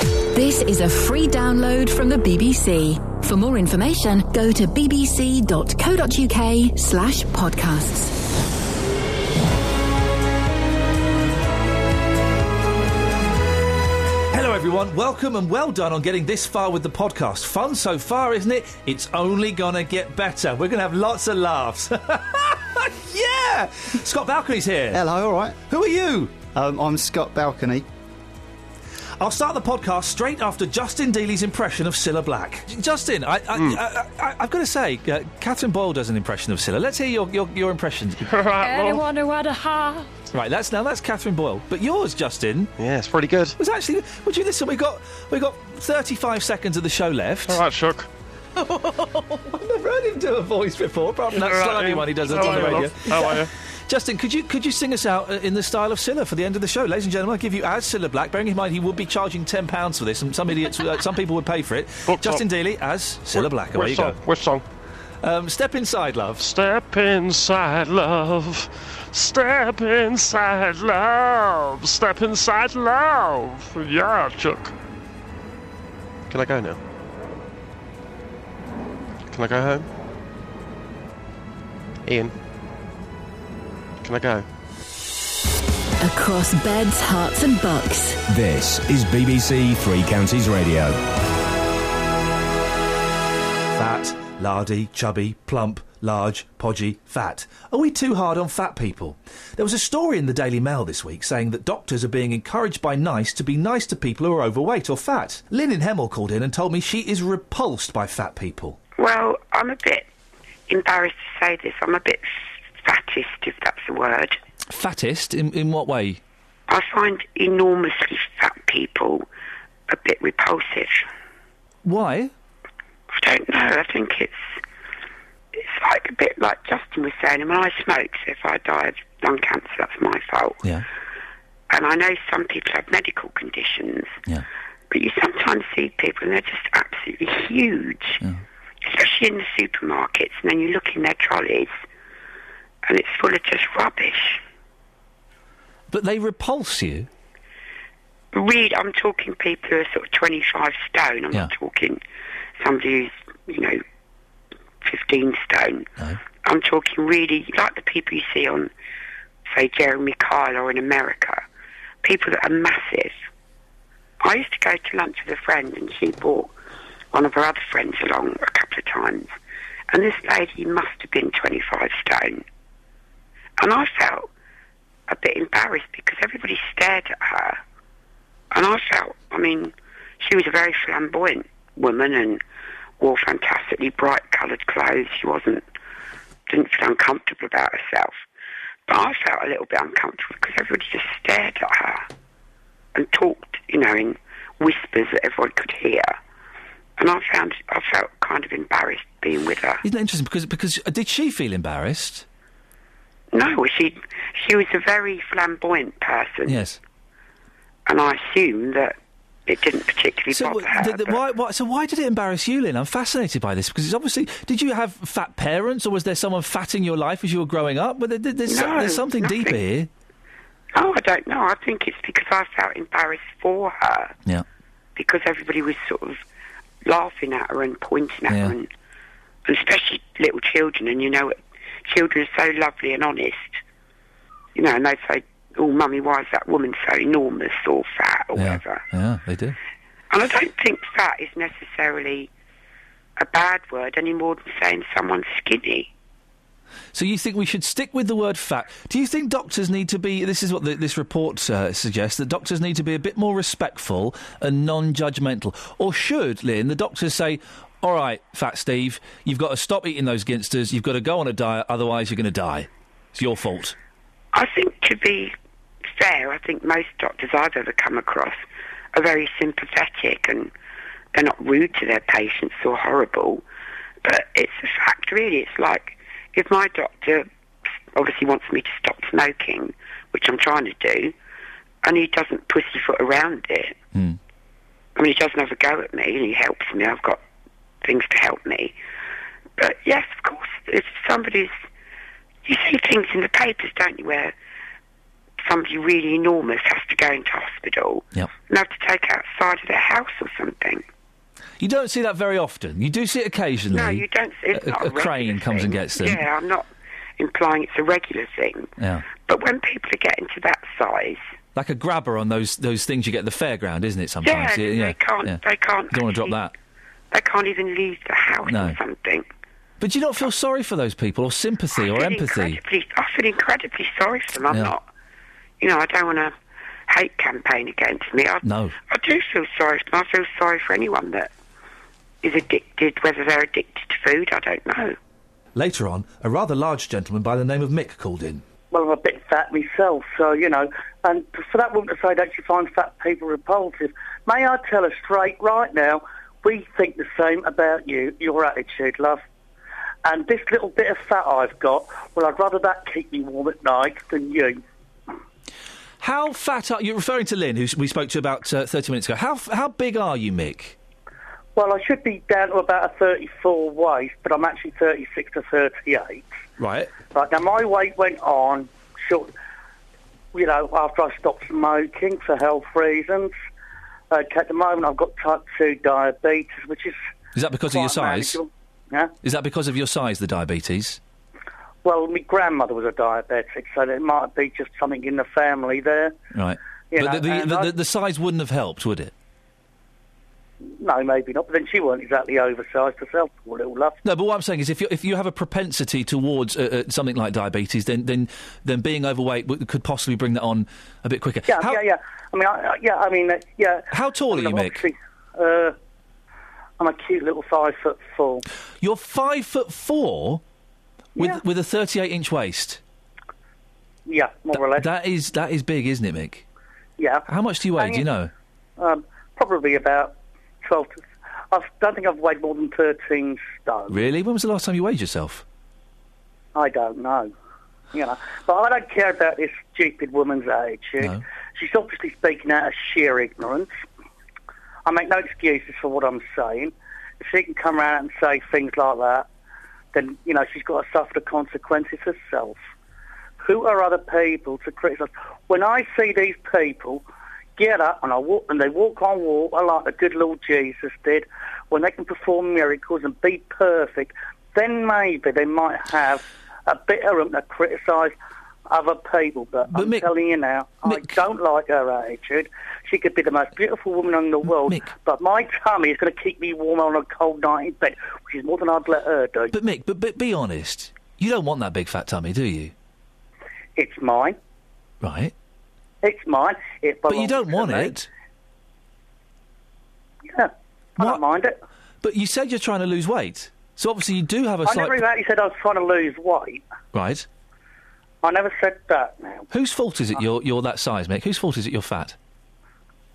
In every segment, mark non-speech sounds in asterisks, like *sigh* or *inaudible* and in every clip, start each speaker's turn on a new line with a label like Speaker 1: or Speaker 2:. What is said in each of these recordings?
Speaker 1: This is a free download from the BBC. For more information, go to bbc.co.uk slash podcasts.
Speaker 2: Hello, everyone. Welcome and well done on getting this far with the podcast. Fun so far, isn't it? It's only going to get better. We're going to have lots of laughs. *laughs* yeah! Scott Balcony's here.
Speaker 3: Hello, all right.
Speaker 2: Who are you?
Speaker 3: Um, I'm Scott Balcony.
Speaker 2: I'll start the podcast straight after Justin Deely's impression of Cilla Black. J- Justin, I, I, I, I, I've got to say, uh, Catherine Boyle does an impression of Cilla. Let's hear your, your, your impressions.
Speaker 4: Anyone who had a heart.
Speaker 2: Right, that's now that's Catherine Boyle, but yours, Justin.
Speaker 5: Yeah, it's pretty good.
Speaker 2: Was actually. Would you listen? We got we got thirty five seconds of the show left.
Speaker 5: All
Speaker 2: *laughs*
Speaker 5: right, Shook.
Speaker 2: I've never heard him do a voice before, apart from that
Speaker 5: All right,
Speaker 2: slimy
Speaker 5: Ian.
Speaker 2: one he does on
Speaker 5: How
Speaker 2: the
Speaker 5: are you,
Speaker 2: radio.
Speaker 5: love? How are you?
Speaker 2: *laughs* Justin, could you could you sing us out uh, in the style of Scylla for the end of the show, ladies and gentlemen? I give you as Scylla Black, bearing in mind he would be charging ten pounds for this, and some idiots, uh, some people would pay for it.
Speaker 5: Booked
Speaker 2: Justin
Speaker 5: up.
Speaker 2: Dealey as Scylla Black. Away
Speaker 5: Which
Speaker 2: you
Speaker 5: song?
Speaker 2: go.
Speaker 5: Which song?
Speaker 2: Um, step inside, love.
Speaker 5: Step inside, love. Step inside, love. Step inside, love. Yeah, Chuck. Can I go now? Can I go home? Ian. Can I go?
Speaker 1: Across beds, hearts and bucks.
Speaker 6: This is BBC Three Counties Radio.
Speaker 2: Fat, lardy, chubby, plump, large, podgy, fat. Are we too hard on fat people? There was a story in the Daily Mail this week saying that doctors are being encouraged by NICE to be nice to people who are overweight or fat. Lynn in Hemel called in and told me she is repulsed by fat people.
Speaker 7: Well, I'm a bit embarrassed to say this. I'm a bit fattest, if that's the word.
Speaker 2: Fattest? In, in what way?
Speaker 7: I find enormously fat people a bit repulsive.
Speaker 2: Why?
Speaker 7: I don't know. I think it's it's like a bit like Justin was saying. I mean, I smoke, so if I die of lung cancer, that's my fault.
Speaker 2: Yeah.
Speaker 7: And I know some people have medical conditions,
Speaker 2: Yeah.
Speaker 7: but you sometimes see people and they're just absolutely huge, especially in the supermarkets. And then you look in their trolleys, and it's full of just rubbish.
Speaker 2: But they repulse you.
Speaker 7: Read, I'm talking people who are sort of 25 stone. I'm not
Speaker 2: Yeah.
Speaker 7: talking somebody who's, you know, 15 stone. I'm talking really like the people you see on, say, Jeremy Kyle or in America. People that are massive. I used to go to lunch with a friend and she brought one of her other friends along a couple of times. And this lady must have been 25 stone. And I felt a bit embarrassed because everybody stared at her. And I felt, I mean, she was a very flamboyant woman and wore fantastically bright coloured clothes. She wasn't, didn't feel uncomfortable about herself. But I felt a little bit uncomfortable because everybody just stared at her and talked, you know, in whispers that everyone could hear. And I found, I felt kind of embarrassed being with her.
Speaker 2: Isn't that interesting? Because, because uh, did she feel embarrassed?
Speaker 7: No, she, she was a very flamboyant person.
Speaker 2: Yes.
Speaker 7: And I assume that it didn't particularly
Speaker 2: So,
Speaker 7: bother
Speaker 2: w-
Speaker 7: her.
Speaker 2: th- th-
Speaker 7: but-
Speaker 2: why, why, so why did it embarrass you, Lynn? I'm fascinated by this because it's obviously. Did you have fat parents, or was there someone fat in your life as you were growing up? But there, there- there's, some-
Speaker 7: No,
Speaker 2: there's something
Speaker 7: nothing.
Speaker 2: deeper here.
Speaker 7: Oh, I don't know. I think it's because I felt embarrassed for her
Speaker 2: Yeah.
Speaker 7: because everybody was sort of laughing at her and pointing at
Speaker 2: Yeah.
Speaker 7: her, and, and especially little children. And you know, it- children are so lovely and honest. You know, and they say, "Oh, mummy, why is that woman so enormous or fat or
Speaker 2: Yeah.
Speaker 7: whatever?"
Speaker 2: Yeah, they do.
Speaker 7: And I don't think fat is necessarily a bad word any more than saying someone's skinny.
Speaker 2: So you think we should stick with the word fat? Do you think doctors need to be? This is what the, this report uh, suggests that doctors need to be a bit more respectful and non-judgmental, or should Lynn the doctors say? All right, Fat Steve, you've got to stop eating those ginsters. You've got to go on a diet, otherwise you're going to die. It's your fault.
Speaker 7: I think to be fair, I think most doctors I've ever come across are very sympathetic and they're not rude to their patients or horrible. But it's a fact, really. It's like if my doctor obviously wants me to stop smoking, which I'm trying to do, and he doesn't pussyfoot around it. I mean, he doesn't have a go at me and he helps me. I've got things to help me. But yes, of course, if somebody's you see things in the papers, don't you, where somebody really enormous has to go into hospital
Speaker 2: Yep.
Speaker 7: and have to take outside of their house or something.
Speaker 2: You don't see that very often. You do see it occasionally.
Speaker 7: No, you don't. It's
Speaker 2: a,
Speaker 7: not
Speaker 2: a crane comes and gets them.
Speaker 7: Yeah, I'm not implying it's a regular thing.
Speaker 2: Yeah.
Speaker 7: But when people are getting to that size,
Speaker 2: Like a grabber on those those things you get at the fairground, isn't it? Sometimes.
Speaker 7: Yeah, they can't- they can't
Speaker 2: Don't want to drop that.
Speaker 7: they can't even leave the house
Speaker 2: No.
Speaker 7: or something.
Speaker 2: But do you not feel sorry for those people, or sympathy, or
Speaker 7: feel
Speaker 2: empathy?
Speaker 7: Incredibly, I feel incredibly sorry for them. I'm
Speaker 2: Yeah.
Speaker 7: not, you know, I don't want to hate campaign against me. I,
Speaker 2: No.
Speaker 7: I do feel sorry for them. I feel sorry for anyone that is addicted, whether they're addicted to food, I don't know.
Speaker 2: Later on, a rather large gentleman by the name of Mick called in.
Speaker 8: well, I'm a bit fat myself, so you know. And for that woman to say that she finds fat people repulsive, may I tell her straight right now, we think the same about you, your attitude, love. And this little bit of fat I've got, well, I'd rather that keep me warm at night than you.
Speaker 2: How fat are you? Referring to Lynn, who s- we spoke to about uh, thirty minutes ago. How f- how big are you, Mick?
Speaker 8: Well, I should be down to about a 34 waist, but I'm actually 36 to 38.
Speaker 2: Right.
Speaker 8: Right, now my weight went on short, you know, after I stopped smoking for health reasons. Uh, at the moment, I've got type 2 diabetes, which is.
Speaker 2: Is that because of your
Speaker 8: quite
Speaker 2: size?
Speaker 8: manageable. Yeah.
Speaker 2: Is that because of your size, the diabetes?
Speaker 8: Well, my grandmother was a diabetic, so it might be just something in the family there.
Speaker 2: Right.
Speaker 8: Yeah,
Speaker 2: but the, the,
Speaker 8: and
Speaker 2: the,
Speaker 8: I-
Speaker 2: the, the size wouldn't have helped, would it?
Speaker 8: No, maybe not, but then she weren't exactly oversized herself, poor little love.
Speaker 2: No, but what I'm saying is, if you if you have a propensity towards uh, uh, something like diabetes, then then then being overweight w- could possibly bring that on a bit quicker.
Speaker 8: Yeah, Um, yeah, yeah. I mean, I, I- yeah, I mean, uh, yeah.
Speaker 2: How tall are you, Mick?
Speaker 8: Uh, I'm a cute little five foot four.
Speaker 2: You're five foot four, with with a 38 inch waist.
Speaker 8: Yeah, more or less.
Speaker 2: That is that is big, isn't it, Mick?
Speaker 8: Yeah.
Speaker 2: How much do you weigh?
Speaker 8: Hang
Speaker 2: Do you
Speaker 8: it.
Speaker 2: know?
Speaker 8: Um, probably about 12 to... I don't think I've weighed more than 13 stone.
Speaker 2: Really? When was the last time you weighed yourself?
Speaker 8: I don't know. You know, but I don't care about this stupid woman's attitude.
Speaker 2: No.
Speaker 8: She's obviously speaking out of sheer ignorance. I make no excuses for what I'm saying. If she can come around and say things like that, then, you know, she's got to suffer the consequences herself. Who are other people to criticise? When I see these people get up and I walk and they walk on water like the good Lord Jesus did, when they can perform miracles and be perfect, then maybe they might have a bit of room to criticise other people. But, I'm telling you now, I don't like her attitude. She could be the most beautiful woman in the world, but my tummy is going to keep me warm on a cold night in bed, which is more than I'd let her do.
Speaker 2: But Mick, but, but be honest, you don't want that big fat tummy, do you?
Speaker 8: It's mine.
Speaker 2: Right.
Speaker 8: It's mine. It
Speaker 2: But you
Speaker 8: belongs
Speaker 2: don't
Speaker 8: to
Speaker 2: want
Speaker 8: me.
Speaker 2: it.
Speaker 8: Yeah. I don't mind it.
Speaker 2: But you said you're trying to lose weight, so obviously you do have a
Speaker 8: I
Speaker 2: slight.
Speaker 8: never even actually said I was trying to lose weight.
Speaker 2: Right.
Speaker 8: I never said that now.
Speaker 2: Whose fault
Speaker 8: Uh.
Speaker 2: is it you're you're that size, Mick? Whose fault is it you're fat?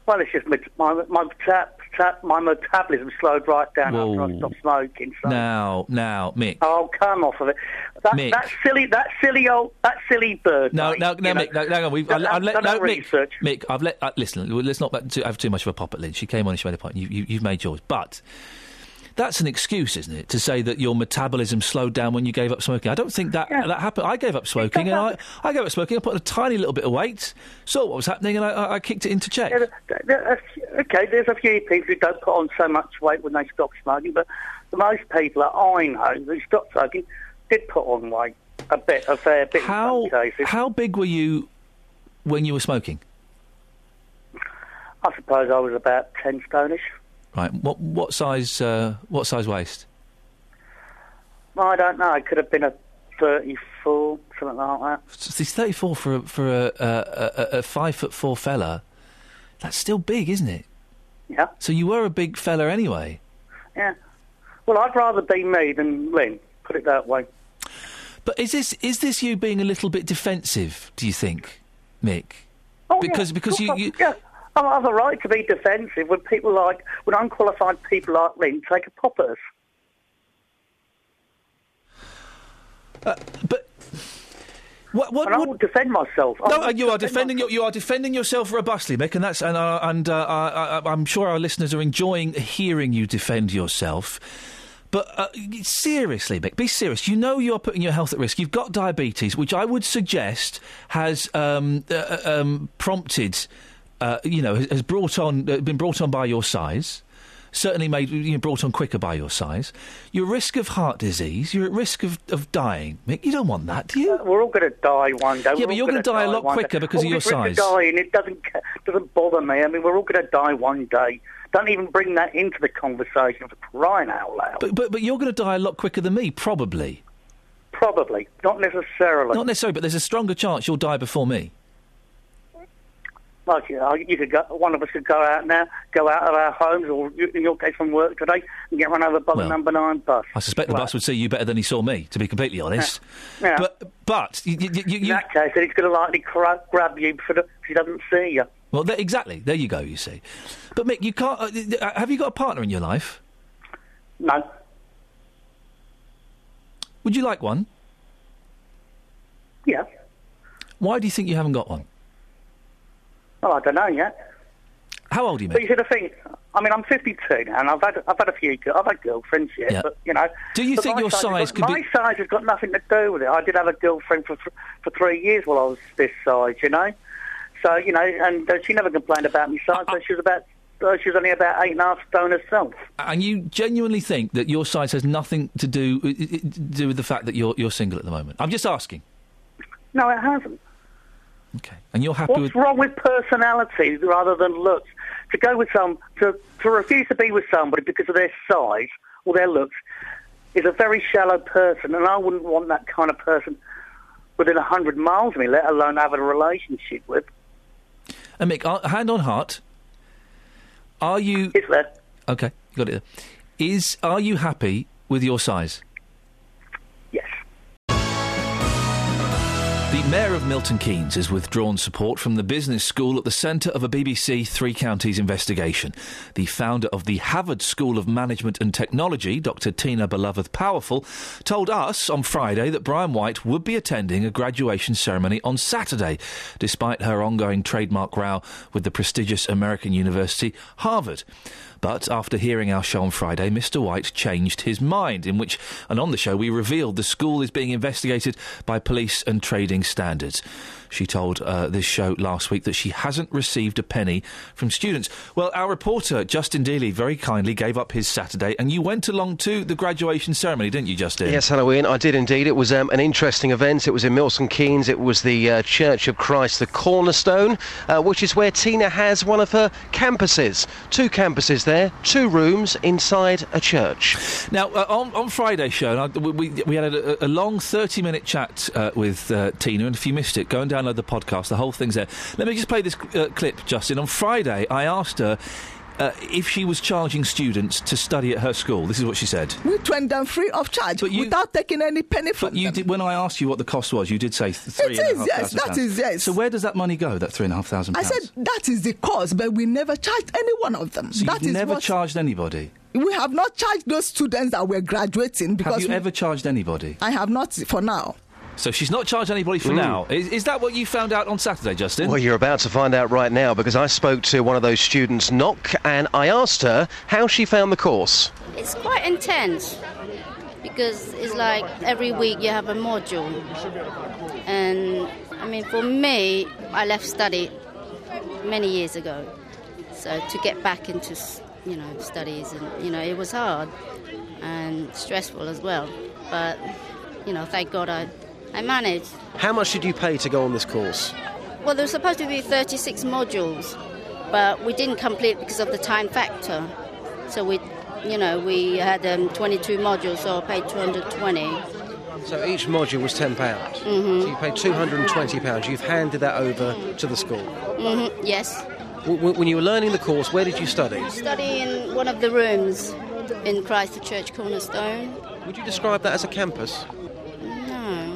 Speaker 8: Well, it's just my my, my, tap, tap, my metabolism slowed right down after
Speaker 2: Whoa.
Speaker 8: I stopped smoking. So
Speaker 2: Now, now, Mick.
Speaker 8: I'll come off of it. That,
Speaker 2: Mick.
Speaker 8: that silly, that silly old, that silly bird.
Speaker 2: No,
Speaker 8: mate,
Speaker 2: no, no,
Speaker 8: you know.
Speaker 2: Mick, no, hang on. We've,
Speaker 8: Done
Speaker 2: I, I've
Speaker 8: that-
Speaker 2: let,
Speaker 8: done
Speaker 2: no,
Speaker 8: that
Speaker 2: Mick,
Speaker 8: research.
Speaker 2: Mick, I've let, uh, listen, let's not let- to have too much of a pop at Lynn. She came on and she made a point. You, you, you've made yours. But that's an excuse, isn't it, to say that your metabolism slowed down when you gave up smoking. I don't think that, that happened. I gave up smoking and I, I gave up smoking. I put on a tiny little bit of weight, saw what was happening, and I, I- I kicked it into check.
Speaker 8: There- there- Okay, there's a few people who don't put on so much weight when they stop smoking, but the most people that I know who stopped smoking did put on weight a bit, a fair bit.
Speaker 2: How, how big were you when you were smoking?
Speaker 8: I suppose I was about ten stonish.
Speaker 2: Right. What, what size? Uh, what size waist?
Speaker 8: I don't know. It could have been a 34, something like that.
Speaker 2: So He's 34 for a, for a, a, a, a five foot four fella. That's still big, isn't it?
Speaker 8: Yeah.
Speaker 2: So you were a big fella anyway.
Speaker 8: Yeah. Well, I'd rather be me than Lynn. Put it that way.
Speaker 2: But is this is this you being a little bit defensive? Do you think, Mick?
Speaker 8: Oh,
Speaker 2: Because-
Speaker 8: yeah,
Speaker 2: because
Speaker 8: of
Speaker 2: you-
Speaker 8: course I-
Speaker 2: you-
Speaker 8: yeah. I have a right to be defensive when people like when unqualified people like Lynn take a pop at us.
Speaker 2: What? What?
Speaker 8: And I will defend myself. I
Speaker 2: No,
Speaker 8: will
Speaker 2: uh, you are
Speaker 8: defend
Speaker 2: defending your, you are defending yourself robustly, Mick, and that's and uh, and uh, I, I, I'm sure our listeners are enjoying hearing you defend yourself. But uh, seriously, Mick, be serious. You know you're putting your health at risk. You've got diabetes, which I would suggest has um, uh, uh, um, prompted, uh, you know, has, has brought on, uh, been brought on by your size. Certainly made you know, brought on quicker by your size. Your risk of heart disease. You're at risk of, of dying. Mick, you don't want that, Uh, do you?
Speaker 8: Uh, We're all going to die one day.
Speaker 2: Yeah, but you're
Speaker 8: going to
Speaker 2: gonna die a lot quicker because of your size.
Speaker 8: Dying, it doesn't ca- doesn't bother me. I mean, we're all going to die one day. Don't even bring that into the conversation for crying out loud.
Speaker 2: But but, but you're going to die a lot quicker than me, probably.
Speaker 8: Probably not necessarily.
Speaker 2: Not necessarily, but there's a stronger chance you'll die before me.
Speaker 8: Like you, know, you could go, one of us could go out now, go out of our homes, or you- in your case from work today, and get run over by
Speaker 2: Well,
Speaker 8: the number nine bus.
Speaker 2: I suspect the bus would see you better than he saw me, to be completely
Speaker 8: *laughs*
Speaker 2: honest.
Speaker 8: Yeah.
Speaker 2: But but you, you, you,
Speaker 8: in that case, then it's going to likely cra- grab you for the, if he doesn't see you.
Speaker 2: well, there, exactly. There you go. You see. But Mick, you can't. Uh, th- uh, have you got a partner in your life?
Speaker 8: No.
Speaker 2: Would you like one?
Speaker 8: Yeah.
Speaker 2: Why do you think you haven't got one?
Speaker 8: Well, I don't know yet.
Speaker 2: How old are you,
Speaker 8: But
Speaker 2: Mick?
Speaker 8: you see, the thing, I mean, I'm 52 now, and I've had I've had a few girl- I've had girlfriends, yeah,
Speaker 2: Yeah.
Speaker 8: but you know.
Speaker 2: Do you
Speaker 8: but
Speaker 2: think
Speaker 8: my
Speaker 2: your
Speaker 8: has
Speaker 2: size
Speaker 8: got-
Speaker 2: could be-
Speaker 8: My size has got nothing to do with it. I did have a girlfriend for th- for three years while I was this size, you know. So you know, and uh, she never complained about me size.
Speaker 2: uh,
Speaker 8: so she was about uh, she was only about eight and a half stone herself.
Speaker 2: And you genuinely think that your size has nothing to do i- i- to do with the fact that you're you're single at the moment? I'm just asking.
Speaker 8: No, it hasn't.
Speaker 2: And you're happy with?
Speaker 8: What's wrong with personality rather than looks? To go with some, to, to refuse to be with somebody because of their size or their looks is a very shallow person, and I wouldn't want that kind of person within a hundred miles of me, let alone have a relationship with.
Speaker 2: And Mick, uh, hand on heart, are you?
Speaker 8: It's there.
Speaker 2: Okay, got it. There. Is are you happy with your size?
Speaker 8: Yes.
Speaker 2: The Mayor of Milton Keynes has withdrawn support from the business school at the centre of a BBC Three Counties investigation. The founder of the Harvard School of Management and Technology, Dr. Tina Beloved Powerful, told us on Friday that Brian White would be attending a graduation ceremony on Saturday, despite her ongoing trademark row with the prestigious American university, Harvard. But after hearing our show on Friday, Mr. White changed his mind, in which, and on the show, we revealed the school is being investigated by police and trading standards. She told uh, this show last week that she hasn't received a penny from students. Well, our reporter, Justin Dealey, very kindly gave up his Saturday, and you went along to the graduation ceremony, didn't you, Justin?
Speaker 9: Yes, Halloween. I did indeed. It was um, an interesting event. It was in Milton Keynes. It was the uh, Church of Christ, the Cornerstone, uh, which is where Tina has one of her campuses. Two campuses there, two rooms inside a church.
Speaker 2: Now, uh, on, on Friday's show, and I, we, we- we had a, a long 30 minute chat uh, with uh, Tina, and if you missed it, go and download the podcast. The whole thing's there. Let me just play this uh, clip, Justin. On Friday, I asked her uh, if she was charging students to study at her school. This is what she said.
Speaker 10: which went down free of charge without taking any penny from
Speaker 2: But you did, when I asked you what the cost was, you did say th- three
Speaker 10: It
Speaker 2: and a
Speaker 10: is,
Speaker 2: half
Speaker 10: yes,
Speaker 2: thousand
Speaker 10: that
Speaker 2: pounds.
Speaker 10: is, yes.
Speaker 2: So where does that money go? That three and a half thousand
Speaker 10: I
Speaker 2: pounds.
Speaker 10: said that is the cost, but we never charged any one of them.
Speaker 2: so
Speaker 10: That
Speaker 2: you've
Speaker 10: is
Speaker 2: never
Speaker 10: what
Speaker 2: charged anybody.
Speaker 10: we have not charged those students that were graduating because
Speaker 2: Have you
Speaker 10: we-
Speaker 2: ever charged anybody?
Speaker 10: I have not for now.
Speaker 2: So she's not charged anybody for
Speaker 9: Mm.
Speaker 2: now. Is, is that what you found out on Saturday, Justin?
Speaker 9: Well, you're about to find out right now because I spoke to one of those students, Knock, and I asked her how she found the course.
Speaker 11: It's quite intense because it's like every week you have a module. And I mean, for me, I left study many years ago. So to get back into, s- you know, studies, and, you know, it was hard and stressful as well. But, you know, thank God I, I managed.
Speaker 12: How much did you pay to go on this course?
Speaker 11: Well, there were supposed to be 36 modules, but we didn't complete because of the time factor. So we, you know, we had um, 22 modules, so I paid 220.
Speaker 12: So each module was £10. So you paid £220. You've handed that over to the school.
Speaker 11: hmm Yes,
Speaker 12: W- w- when you were learning the course, where did you study?
Speaker 11: study in one of the rooms in Christ the Church Cornerstone.
Speaker 12: Would you describe that as a campus?
Speaker 11: No,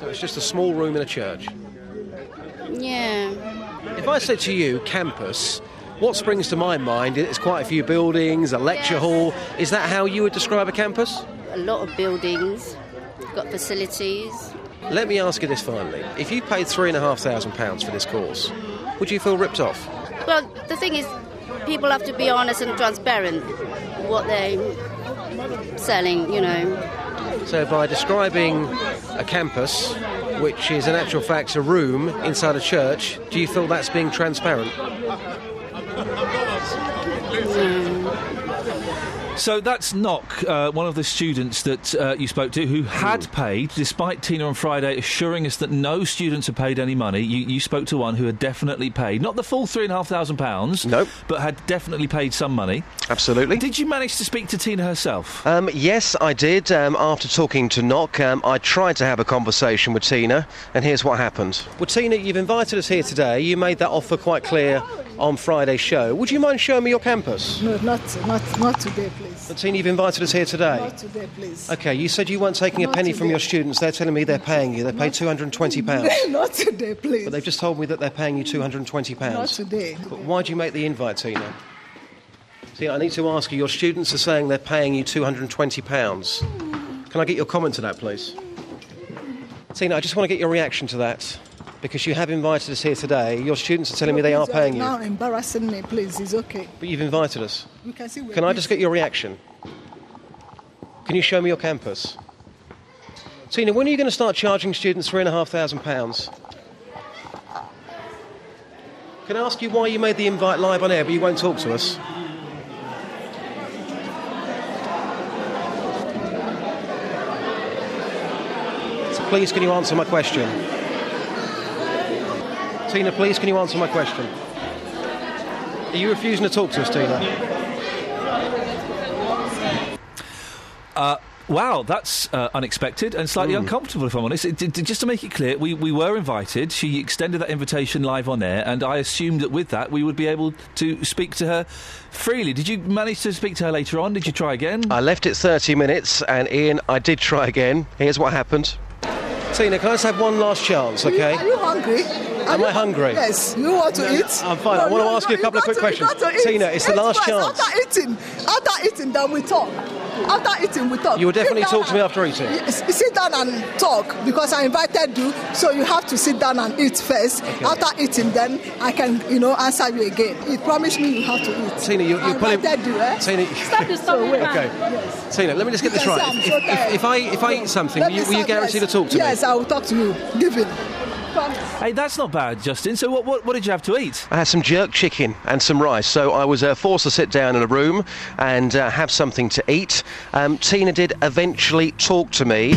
Speaker 12: No, it's just a small room in a church.
Speaker 11: yeah.
Speaker 12: If I said to you, campus, what springs to my mind is quite a few buildings, a lecture hall. Is that how you would describe a campus?
Speaker 11: A lot of buildings, got facilities.
Speaker 12: Let me ask you this finally. If you paid £3,500 for this course, would you feel ripped off?
Speaker 11: Well, the thing is, people have to be honest and transparent what they selling, you know.
Speaker 12: So by describing a campus, which is in actual fact a room inside a church, do you feel that's being transparent?
Speaker 2: So that's Nock, uh, one of the students that uh, you spoke to, who had paid, despite Tina on Friday assuring us that no students had paid any money. You, you spoke to one who had definitely paid, not the full three and a half thousand pounds, no, but had definitely paid some money.
Speaker 9: Absolutely.
Speaker 2: Did you manage to speak to Tina herself?
Speaker 9: Um, yes, I did. Um, after talking to Nock, um, I tried to have a conversation with Tina, and here's what happened.
Speaker 12: Well, Tina, you've invited us here today. You made that offer quite clear on Friday's show. Would you mind showing me your campus?
Speaker 10: No, not, not, not today, please.
Speaker 12: But Tina, you've invited us here today.
Speaker 10: Not today, please.
Speaker 12: Okay, you said you weren't taking a
Speaker 10: Not
Speaker 12: penny from
Speaker 10: today.
Speaker 12: your students. They're telling me they're paying you. They paid £220.
Speaker 10: *laughs* not today, please.
Speaker 12: But they've just told me that they're paying you £220.
Speaker 10: Not today.
Speaker 12: But why do you make the invite, Tina? Tina, I need to ask you, your students are saying they're paying you £220. Can I get your comment to that, please? Tina, I just want to get your reaction to that. Because you have invited us here today. Your students are telling me they are
Speaker 10: Please,
Speaker 12: paying you.
Speaker 10: Now embarrassing me, please. It's okay.
Speaker 12: But you've invited us.
Speaker 10: We can see. we're
Speaker 12: Can I
Speaker 10: busy.
Speaker 12: just get your reaction? Can you show me your campus? Tina, when are you going to start charging students £3,500? Can I ask you why you made the invite live on air but you won't talk to us? So please, can you answer my question? Tina, please, can you answer my question? Are you refusing to talk to us, Tina?
Speaker 2: Uh, wow, that's uh, unexpected and slightly uncomfortable, if I'm honest. It, it- just to make it clear, we, we were invited. She extended that invitation live on air, and I assumed that with that we would be able to speak to her freely. Did you manage to speak to her later on? Did you try again?
Speaker 9: I left it 30 minutes, and Ian, I did try again. Here's what happened.
Speaker 12: Tina, can I just have one last chance,
Speaker 10: Are you-
Speaker 12: okay?
Speaker 10: Are you hungry? Are
Speaker 12: Am
Speaker 10: you
Speaker 12: I
Speaker 10: hung-
Speaker 12: hungry?
Speaker 10: Yes. You want to
Speaker 12: No,
Speaker 10: eat?
Speaker 12: I'm fine. I wanna ask you a couple of
Speaker 10: got
Speaker 12: quick
Speaker 10: to- you
Speaker 12: questions.
Speaker 10: got to eat.
Speaker 12: Tina, it's the
Speaker 10: Eat
Speaker 12: last
Speaker 10: first.
Speaker 12: chance.
Speaker 10: After eating, after eating, then we talk. After eating, we talk.
Speaker 12: You will definitely
Speaker 10: Sit
Speaker 12: talk
Speaker 10: down
Speaker 12: to me
Speaker 10: and-
Speaker 12: after eating.
Speaker 10: Yes, sit down and talk because I invited you, so you have to sit down and eat first.
Speaker 12: Okay.
Speaker 10: After eating, then I can, you know, answer you again. You promised me you have to eat.
Speaker 12: Tina, you,
Speaker 10: I
Speaker 12: you're pulling.
Speaker 10: invited you, eh?
Speaker 12: Tina, *laughs*
Speaker 10: So wait.
Speaker 12: okay. Tina, let me just get
Speaker 10: You
Speaker 12: this
Speaker 10: can
Speaker 12: right.
Speaker 10: say I'm
Speaker 12: If,
Speaker 10: so
Speaker 12: if- if-
Speaker 10: tired.
Speaker 12: if I if I eat something, will
Speaker 10: Let
Speaker 12: you,
Speaker 10: me
Speaker 12: will you
Speaker 10: serve
Speaker 12: guarantee
Speaker 10: yes.
Speaker 12: to talk to
Speaker 10: Yes,
Speaker 12: me?
Speaker 10: I will talk to you. Give it.
Speaker 2: Hey, that's not bad, Justin. So, what, what, what did you have to eat?
Speaker 9: I had some jerk chicken and some rice, so I was uh, forced to sit down in a room and uh, have something to eat. Um, Tina did eventually talk to me.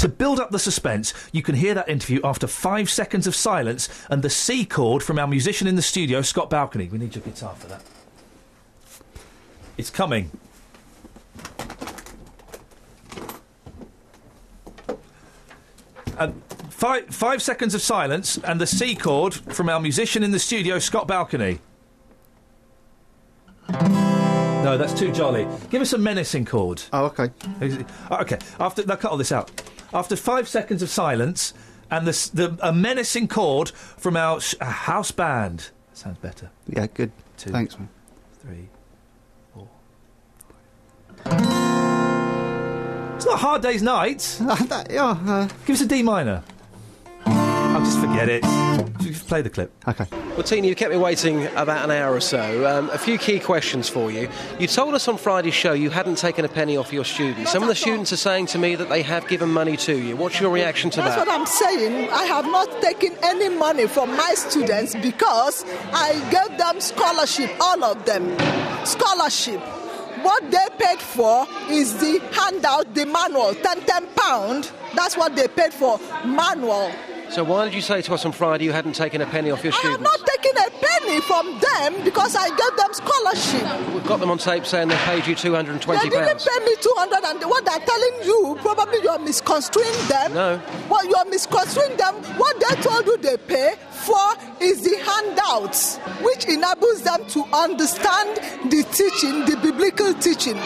Speaker 2: To build up the suspense, you can hear that interview after five seconds of silence and the C chord from our musician in the studio, Scott Balcony. We need your guitar for that. It's coming. And five, five seconds of silence and the C chord from our musician in the studio, Scott Balcony. No, that's too jolly. Give us a menacing chord. oh,
Speaker 3: Oh, okay.
Speaker 2: Okay. After now, cut all this out. After five seconds of silence and the, s- the a menacing chord from our sh- uh, house band. Sounds better.
Speaker 3: Yeah, good.
Speaker 2: Two.
Speaker 3: Thanks, man.
Speaker 2: Three, four. It's not hard
Speaker 3: *laughs*
Speaker 2: day's night.
Speaker 3: yeah. uh,
Speaker 2: Give us a D minor. I'll just forget it. Just play the clip.
Speaker 3: Okay.
Speaker 12: Well, Tina, you kept me waiting about an hour or so. Um, a few key questions for you. You told us on Friday's show you hadn't taken a penny off your students. Some of the students are saying to me that they have given money to you. What's your reaction to
Speaker 10: That's
Speaker 12: that?
Speaker 10: what I'm saying. I have not taken any money from my students because I gave them scholarship, all of them. Scholarship. What they paid for is the handout, the manual, 10, 10 pound. That's what they paid for, manual.
Speaker 12: So why did you say to us on Friday you hadn't taken a penny off your
Speaker 10: I have
Speaker 12: students?
Speaker 10: not taken a penny from them because I gave them scholarship.
Speaker 12: We've got them on tape saying they paid you two hundred and
Speaker 10: They
Speaker 12: twenty
Speaker 10: didn't
Speaker 12: pounds.
Speaker 10: pay me 200 and what they're telling you, probably you're misconstruing them.
Speaker 12: No.
Speaker 10: Well, you're misconstruing them. What they told you they pay for is the handouts, which enables them to understand the teaching, the biblical teaching.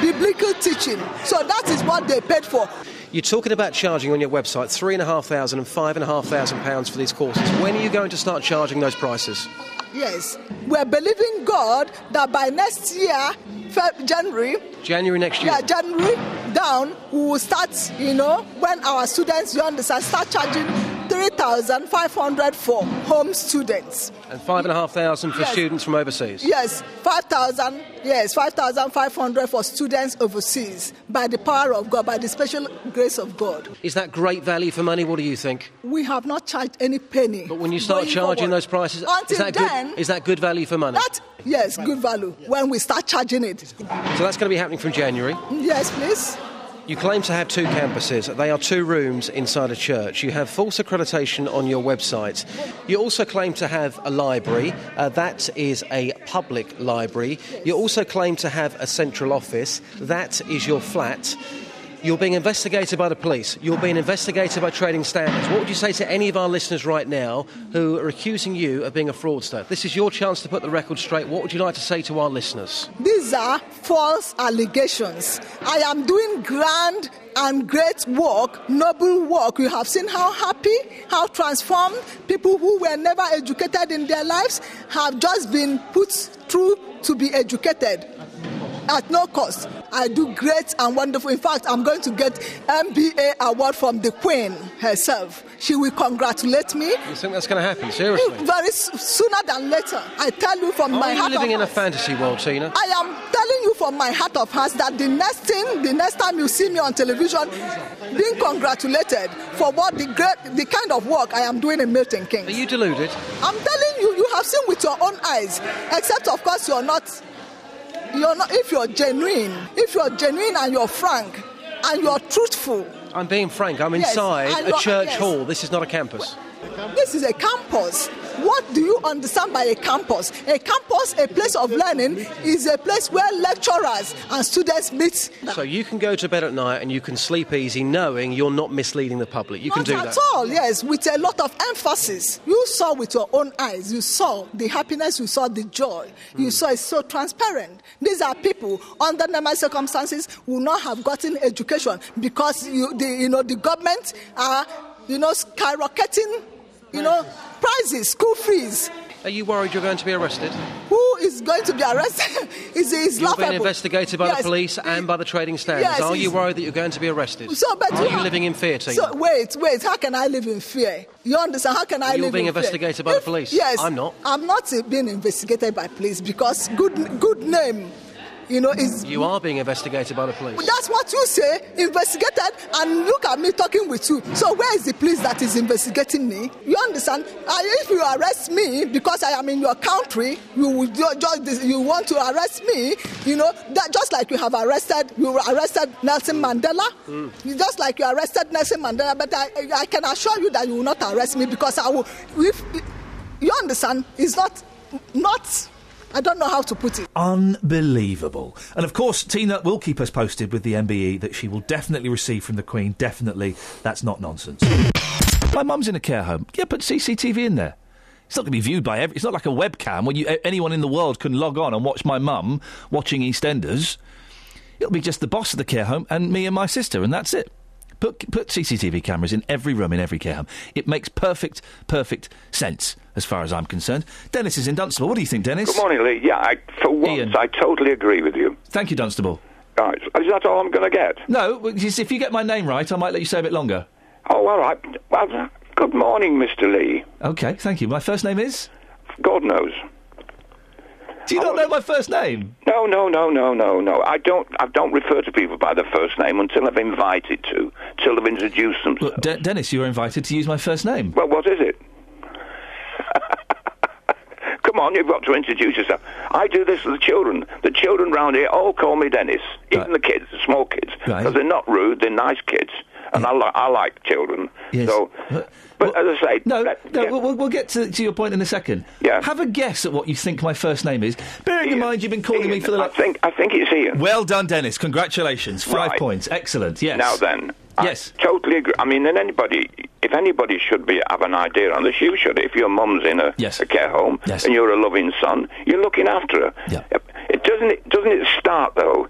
Speaker 10: Biblical teaching. So that is what they paid for.
Speaker 12: You're talking about charging on your website three and a half thousand and five and a half thousand pounds for these courses. When are you going to start charging those prices?
Speaker 10: Yes. We're believing God that by next year, Feb- January,
Speaker 12: January next year.
Speaker 10: yeah, January down, we will start, you know, when our students, you understand, start charging 3,500 for home students.
Speaker 12: And five and a half thousand for
Speaker 10: Yes.
Speaker 12: students from overseas.
Speaker 10: Yes, 5,000, yes, 5,500 for students overseas by the power of God, by the special grace of God.
Speaker 12: Is that great value for money? What do you think?
Speaker 10: We have not charged any penny.
Speaker 12: But when you start
Speaker 10: Going
Speaker 12: charging
Speaker 10: forward.
Speaker 12: those prices, is
Speaker 10: Until
Speaker 12: that
Speaker 10: then-
Speaker 12: good? Is that good value for money?
Speaker 10: That, yes, good value. When we start charging it.
Speaker 12: so that's going to be happening from January.
Speaker 10: Yes, please.
Speaker 12: You claim to have two campuses. They are two rooms inside a church. You have false accreditation on your website. You also claim to have a library. Uh, that is a public library. You also claim to have a central office. That is your flat. You're being investigated by the police. You're being investigated by trading standards. What would you say to any of our listeners right now who are accusing you of being a fraudster? This is your chance to put the record straight. What would you like to say to our listeners?
Speaker 10: These are false allegations. I am doing grand and great work, noble work. You have seen how happy, how transformed people who were never educated in their lives have just been put through to be educated at no cost. I do great and wonderful. In fact, I'm going to get MBA award from the Queen herself. She will congratulate me
Speaker 12: You think that's going to happen? Seriously?
Speaker 10: very s- sooner than later. I tell you from my
Speaker 12: Are you
Speaker 10: heart.
Speaker 12: living
Speaker 10: of
Speaker 12: in a fantasy world, Tina?
Speaker 10: I am telling you from my heart of hearts that the next thing, the next time you see me on television, being congratulated for what the great, the kind of work I am doing in Milton Keynes.
Speaker 12: Are you deluded?
Speaker 10: I'm telling you, you have seen with your own eyes. Except, of course, you're not. You're not. If you're genuine, if you're genuine and you're frank, and you're truthful,
Speaker 12: I'm being frank. I'm
Speaker 10: Yes,
Speaker 12: inside
Speaker 10: I
Speaker 12: a
Speaker 10: lo-
Speaker 12: church
Speaker 10: yes.
Speaker 12: hall. This is not a campus.
Speaker 10: This is a campus. What do you understand by a campus? A campus, a place of learning, is a place where lecturers and students meet.
Speaker 12: So you can go to bed at night and you can sleep easy knowing you're not misleading the public. You can
Speaker 10: Not
Speaker 12: do
Speaker 10: at
Speaker 12: that.
Speaker 10: all, yes, with a lot of emphasis. You saw with your own eyes, you saw the happiness, you saw the joy,
Speaker 12: Hmm.
Speaker 10: you saw it's so transparent. These are people under normal circumstances who not have gotten education because you, the, you know, the government are, you know, skyrocketing, you know, prices, school fees.
Speaker 12: Are you worried you're going to be arrested?
Speaker 10: who is going to be arrested *laughs* is, is
Speaker 12: You're
Speaker 10: laughable.
Speaker 12: being investigated by
Speaker 10: Yes.
Speaker 12: the police and by the trading standards.
Speaker 10: Yes,
Speaker 12: Are you
Speaker 10: it's-
Speaker 12: worried that you're going to be arrested?
Speaker 10: So, but
Speaker 12: Are
Speaker 10: you
Speaker 12: you
Speaker 10: are-
Speaker 12: living in fear, Tina?
Speaker 10: So wait, wait. How can I live in fear? You understand? How can I
Speaker 12: You're
Speaker 10: live
Speaker 12: being
Speaker 10: in fear?
Speaker 12: investigated by the police.
Speaker 10: Yes,
Speaker 12: I'm not.
Speaker 10: I'm not uh, being investigated by police because good, good name, you know, is.
Speaker 12: You are being investigated by the police.
Speaker 10: That's what you say, investigated, and look at me talking with you. So where is the police that is investigating me? You understand? I, if you arrest me because I am in your country, you will ju- just you want to arrest me. You know that just like you have arrested you arrested Nelson Mandela, You just like you arrested Nelson Mandela. But I, I can assure you that you will not arrest me because I will. If you understand, it's not not. I don't know how to put it.
Speaker 2: Unbelievable. And of course, Tina will keep us posted with the MBE that she will definitely receive from the Queen. Definitely. That's not nonsense. My mum's in a care home. Yeah, put CCTV in there. It's not going to be viewed by every. It's not like a webcam where you, a- anyone in the world can log on and watch my mum watching EastEnders. It'll be just the boss of the care home and me and my sister, and that's it. Put, put CCTV cameras in every room in every care home. It makes perfect, perfect sense as far as I'm concerned. Dennis is in Dunstable. What do you think, Dennis?
Speaker 13: Good morning, Lee. Yeah, I, for once, I totally agree with you.
Speaker 2: Thank you, Dunstable.
Speaker 13: Right. Is that all I'm going to get?
Speaker 2: No, well, just if you get my name right, I might let you stay a bit longer.
Speaker 13: Oh, all right. Well, good morning, Mr. Lee.
Speaker 2: Okay, thank you. My first name is?
Speaker 13: God knows.
Speaker 2: Do you not know my first name?
Speaker 13: No, no, no, no, no, no. I don't. I don't refer to people by their first name until I've invited to, till I've introduced them.
Speaker 2: Well, De- Dennis, you were invited to use my first name.
Speaker 13: Well, what is it? Come on, you've got to introduce yourself. I do this with the children. The children round here all call me Dennis, even the kids, the small kids, because they're not rude. They're nice kids, and I, li- I like children. So, but uh, as I say, no,
Speaker 2: Uh, No, we'll- we'll, we'll get to, to your point in a second. Yeah. Have a guess at what you think my first name is. Bearing in mind you've been calling me for the. I
Speaker 13: think I think it's Ian.
Speaker 2: Well done, Dennis. Congratulations. Five
Speaker 13: Right.
Speaker 2: points. Excellent. Yes.
Speaker 13: Now then.
Speaker 2: Yes.
Speaker 13: I totally agree. I mean, and anybody, if anybody should be have an idea on this, you should. If your mum's in a, a care home and you're a loving son, you're looking after her. It doesn't. It doesn't it start though,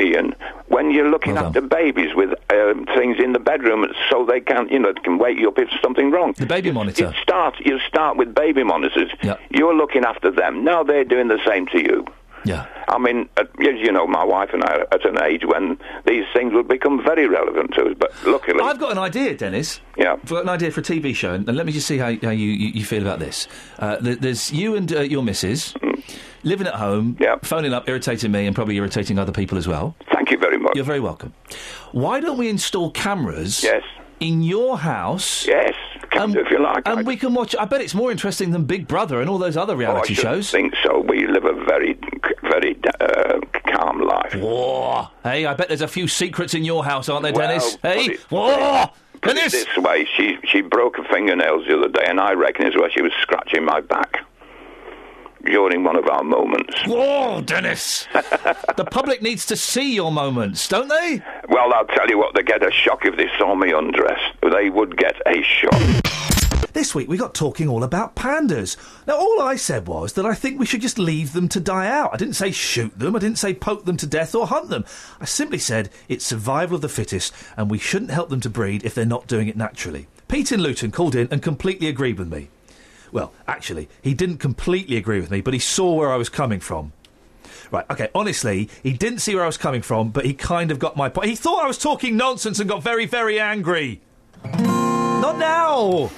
Speaker 13: Ian, when you're looking after babies with um, things in the bedroom, so they can you know can wake you up if something wrong. The
Speaker 2: baby monitor.
Speaker 13: You start. You start with baby monitors. You're looking after them. Now they're doing the same to you.
Speaker 2: Yeah.
Speaker 13: I mean, uh, as you know, my wife and I are at an age when these things will become very relevant to us. But luckily,
Speaker 2: I've got an idea, Dennis.
Speaker 13: Yeah.
Speaker 2: I've got an idea for a TV show, and, and let me just see how, how you, you, you feel about this. Uh, th- there's you and uh, your missus
Speaker 13: Hmm.
Speaker 2: living at home, phoning up, irritating me, and probably irritating other people as well.
Speaker 13: Thank you very much.
Speaker 2: You're very welcome. Why don't we install cameras?
Speaker 13: Yes.
Speaker 2: In your house.
Speaker 13: Yes.
Speaker 2: And,
Speaker 13: if you like,
Speaker 2: and we can watch. I bet it's more interesting than Big Brother and all those other
Speaker 13: Oh, I
Speaker 2: reality
Speaker 13: should
Speaker 2: shows.
Speaker 13: think so. We live a very, very uh, calm life.
Speaker 2: Whoa. Hey, I bet there's a few secrets in your house, aren't there,
Speaker 13: Well,
Speaker 2: Dennis? Hey,
Speaker 13: put it-
Speaker 2: whoa.
Speaker 13: Put it this way, she she broke her fingernails the other day, and I reckon it's where she was scratching my back during one of our moments.
Speaker 2: Whoa, Dennis! *laughs* the public needs to see your moments, don't they?
Speaker 13: Well, I'll tell you what, they get a shock if they saw me undressed. They would get a shock.
Speaker 2: This week we got talking all about pandas. Now, all I said was that I think we should just leave them to die out. I didn't say shoot them, I didn't say poke them to death or hunt them. I simply said it's survival of the fittest and we shouldn't help them to breed if they're not doing it naturally. Pete in Luton called in and completely agreed with me. Well, actually, he didn't completely agree with me, but he saw where I was coming from. Right, okay, honestly, he didn't see where I was coming from, but he kind of got my point. He thought I was talking nonsense and got very, very angry. Not now!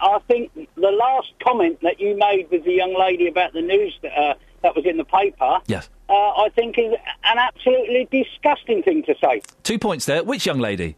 Speaker 14: I think the last comment that you made with the young lady about the news that, uh, that was in the paper,
Speaker 2: Yes.
Speaker 14: uh, I think is an absolutely disgusting thing to say.
Speaker 2: Two points there. Which young lady?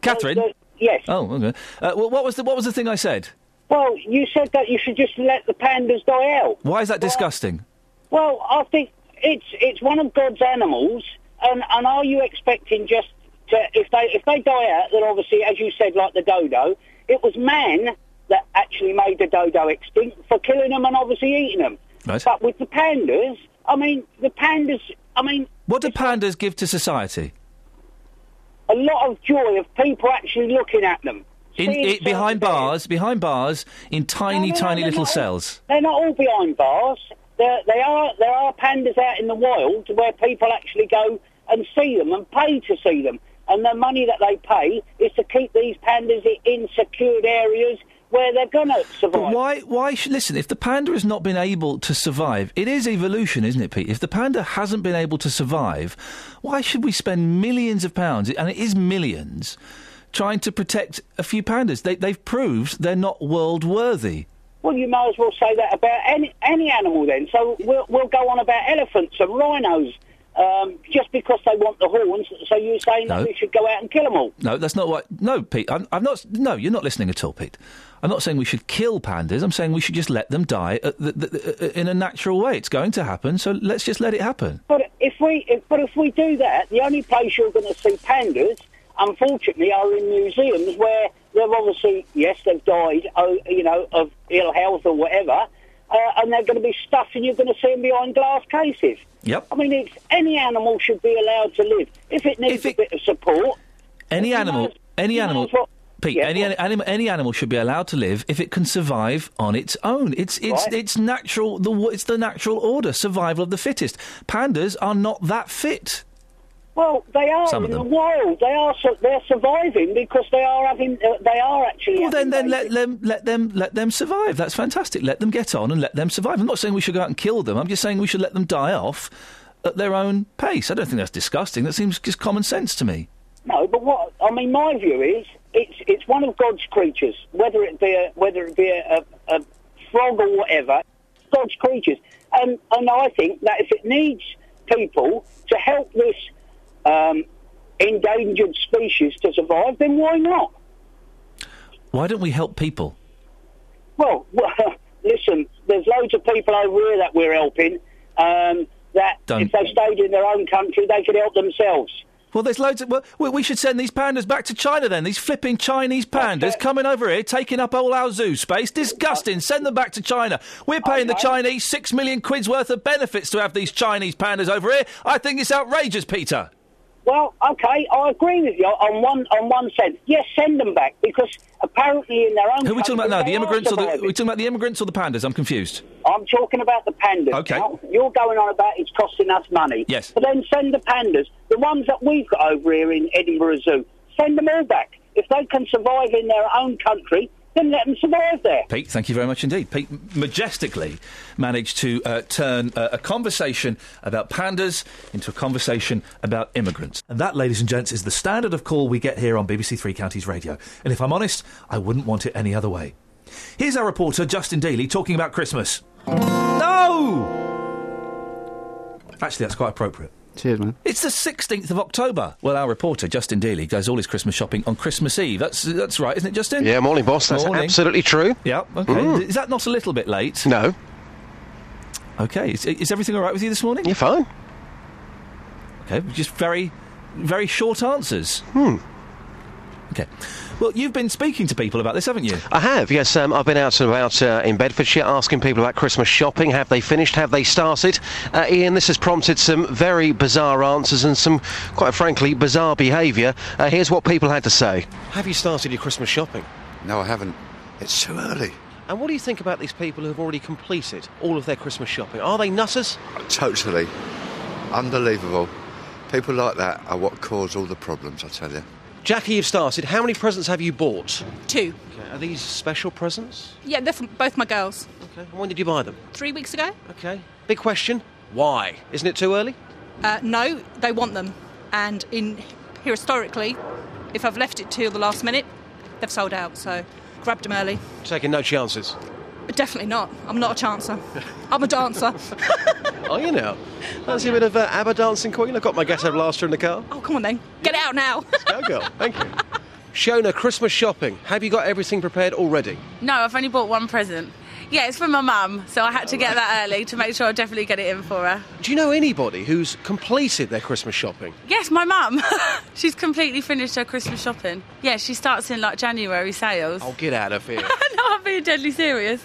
Speaker 2: Catherine.
Speaker 14: yes.
Speaker 2: Oh, okay. Uh, well, what was the what was the thing I said?
Speaker 14: Well, Oh, you said that you should just let the pandas die out.
Speaker 2: Why is that disgusting?
Speaker 14: Well, I think it's it's one of God's animals, and, and are you expecting just to if they if they die out, then obviously, as you said, like the dodo, it was man that actually made the dodo extinct for killing them and obviously eating them.
Speaker 2: Right.
Speaker 14: But with the pandas, I mean, the pandas, I mean,
Speaker 2: What do pandas give to society?
Speaker 14: a lot of joy of people actually looking at them.
Speaker 2: In,
Speaker 14: Seeing
Speaker 2: i behind bars, behind bars, in tiny, tiny little cells.
Speaker 14: They're not all behind bars. There, they are. There are pandas out in the wild where people actually go and see them and pay to see them. And the money that they pay is to keep these pandas i- in secured areas where they're going to survive.
Speaker 2: But why? Why should listen? If the panda has not been able to survive, it is evolution, isn't it, Pete? If the panda hasn't been able to survive, why should we spend millions of pounds? And it is millions. Trying to protect a few pandas. They, they've proved they're not world worthy.
Speaker 14: Well, you may as well say that about any any animal then. So we'll, we'll go on about elephants and rhinos um, just because they want the horns. So you're saying
Speaker 2: No.
Speaker 14: that we should go out and kill them all?
Speaker 2: No, that's not what. No, Pete. I'm, I'm not. No, you're not listening at all, Pete. I'm not saying we should kill pandas. I'm saying we should just let them die at the, the, the, in a natural way. It's going to happen, so let's just let it happen.
Speaker 14: But if we if, but if we do that, the only place you're going to see pandas, unfortunately, are in museums where they've obviously yes they've died, oh, you know, of ill health or whatever, uh, and they're going to be stuffed, and you're going to see them behind glass cases.
Speaker 2: Yep.
Speaker 14: I mean, it's, any animal should be allowed to live if it needs a bit of support.
Speaker 2: Any animal, any animal, Pete, any, an- anim, any animal should be allowed to live if it can survive on its own. It's it's
Speaker 14: Right.
Speaker 2: it's natural. The wo- it's the natural order, survival of the fittest. Pandas are not that fit.
Speaker 14: Well, they are
Speaker 2: Some of
Speaker 14: in the
Speaker 2: them.
Speaker 14: wild. They are su- they're surviving because they are having uh, they are actually.
Speaker 2: Well, then, then
Speaker 14: having babies.
Speaker 2: let them let them let them survive. That's fantastic. Let them get on and let them survive. I'm not saying we should go out and kill them. I'm just saying we should let them die off at their own pace. I don't think that's disgusting. That seems just common sense to me.
Speaker 14: No, but what I mean, my view is it's it's one of God's creatures, whether it be a, whether it be a, a, a frog or whatever, it's God's creatures, and and I think that if it needs people to help this um, endangered species to survive, then why not?
Speaker 2: Why don't we help people?
Speaker 14: Well, *laughs* listen, there's loads of people over here that we're helping um, that
Speaker 2: Don't-
Speaker 14: if they stayed in their own country, they could help themselves.
Speaker 2: Well, there's loads of. Well, we- we should send these pandas back to China then. These flipping Chinese pandas coming over here, taking up all our zoo space. Disgusting. Send them back to China. We're paying the Chinese six million quid's worth of benefits to have these Chinese pandas over here. I think it's outrageous, Peter.
Speaker 14: Well, okay, I agree with you on one on one sense. Yes, send them back because apparently in their own.
Speaker 2: Who are we talking about now?
Speaker 14: country
Speaker 2: The
Speaker 14: they are
Speaker 2: immigrants or the? Are
Speaker 14: surviving.
Speaker 2: we talking about the immigrants or the pandas? I'm confused.
Speaker 14: I'm talking about the pandas.
Speaker 2: Okay.
Speaker 14: now. you're going on about it's costing us money.
Speaker 2: Yes.
Speaker 14: But then send the pandas, the ones that we've got over here in Edinburgh Zoo, send them all back. If they can survive in their own country, Then let them survive there.
Speaker 2: Pete, thank you very much indeed. Pete majestically managed to uh, turn uh, a conversation about pandas into a conversation about immigrants. And that, ladies and gents, is the standard of call we get here on BBC Three Counties Radio. And if I'm honest, I wouldn't want it any other way. Here's our reporter, Justin Daly, talking about Christmas. No! Actually, that's quite appropriate.
Speaker 3: Cheers, man.
Speaker 2: It's the 16th of October. Well, our reporter, Justin Dealey, does all his Christmas shopping on Christmas Eve. That's, that's right, isn't it, Justin?
Speaker 9: Yeah, morning, boss. That's
Speaker 2: Morning.
Speaker 9: absolutely true.
Speaker 2: Yeah, okay.
Speaker 9: Mm.
Speaker 2: Is that not a little bit late?
Speaker 9: No.
Speaker 2: Okay. Is, is everything all right with you this morning? You're
Speaker 9: fine.
Speaker 2: Okay. Just very, very short answers.
Speaker 9: Hmm.
Speaker 2: Okay. Well, you've been speaking to people about this, haven't you?
Speaker 9: I have, yes. Um, I've been out and about uh, in Bedfordshire asking people about Christmas shopping. Have they finished? Have they started? Uh, Ian, this has prompted some very bizarre answers and some, quite frankly, bizarre behaviour. Uh, here's what people had to say. Have you started your Christmas shopping?
Speaker 15: No, I haven't. It's too early.
Speaker 12: And what do you think about these people who have already completed all of their Christmas shopping? Are they nutters?
Speaker 15: Totally. Unbelievable. People like that are what cause all the problems, I tell you.
Speaker 12: Jackie, you've started. How many presents have you bought?
Speaker 16: Two.
Speaker 12: Okay, Are these special presents?
Speaker 16: Yeah, they're from both my girls.
Speaker 12: Okay. When did you buy them?
Speaker 16: Three weeks ago?
Speaker 12: Okay. Big question. Why? Isn't it too early?
Speaker 16: Uh, no, they want them. And in historically, if I've left it till the last minute, they've sold out. So grabbed them early.
Speaker 12: Taking no chances.
Speaker 16: But definitely not. I'm not a chancer. I'm a dancer.
Speaker 12: Are Oh, you now? Fancy a bit of uh, ABBA dancing queen? I've got my ghetto blaster in the car.
Speaker 16: oh, come on then. Get it out now.
Speaker 12: Go, Oh, girl. Thank you. Shona, Christmas shopping. Have you got everything prepared already?
Speaker 17: No, I've only bought one present. Yeah, it's for my mum, so I had to get that early to make sure I definitely get it in for her.
Speaker 12: Do you know anybody who's completed their Christmas shopping?
Speaker 17: Yes, my mum. *laughs* She's completely finished her Christmas shopping. Yeah, she starts in like January sales.
Speaker 12: Oh, get out of *laughs* here.
Speaker 17: *laughs* no, I'm being deadly serious.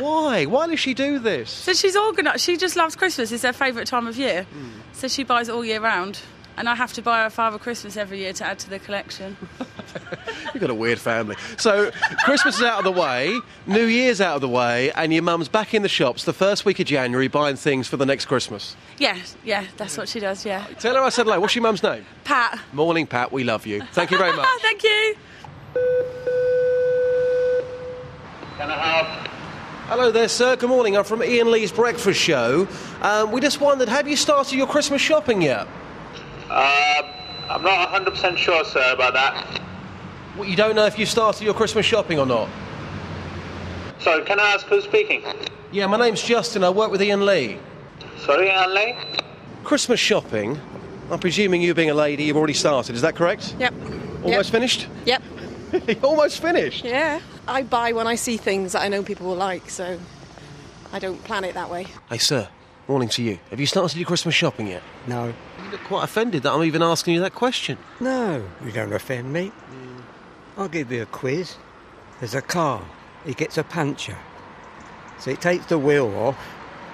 Speaker 12: Why? Why does she do this?
Speaker 17: So she's organised. She just loves Christmas. It's her favourite time of year.
Speaker 12: Hmm.
Speaker 17: So she buys all year round. And I have to buy her Father Christmas every year to add to the collection.
Speaker 12: You've got a weird family. So, Christmas is out of the way, New Year's out of the way, and your mum's back in the shops the first week of January buying things for the next Christmas.
Speaker 17: Yeah, yeah, that's what she does, yeah.
Speaker 12: Tell her I said hello. What's your mum's name?
Speaker 17: Pat.
Speaker 12: Morning, Pat. We love you. Thank you very
Speaker 17: *laughs*
Speaker 12: much.
Speaker 17: Thank you.
Speaker 12: Can I help? Hello there, sir. Good morning. I'm from Ian Lee's Breakfast Show. Um, we just wondered, have you started your Christmas shopping yet?
Speaker 18: Uh, I'm not 100% sure, sir, about that.
Speaker 12: Well, you don't know if you started your Christmas shopping or not.
Speaker 18: So, can I ask who's speaking?
Speaker 12: Yeah, my name's Justin. I work with Ian Lee.
Speaker 18: Sorry, Anley?
Speaker 12: Christmas shopping. I'm presuming you being a lady, you've already started. Is that correct?
Speaker 19: Yep.
Speaker 12: Almost finished? *laughs*
Speaker 19: Yep.
Speaker 12: Almost finished.
Speaker 19: Yeah. I buy when I see things that I know people will like, so I don't plan it that way.
Speaker 12: Hey, sir. Morning to you. Have you started your Christmas shopping yet?
Speaker 20: No.
Speaker 12: You look quite offended that I'm even asking you that question.
Speaker 20: No, you don't offend me. I'll give you a quiz. There's a car. He gets a puncture. So it takes the wheel off,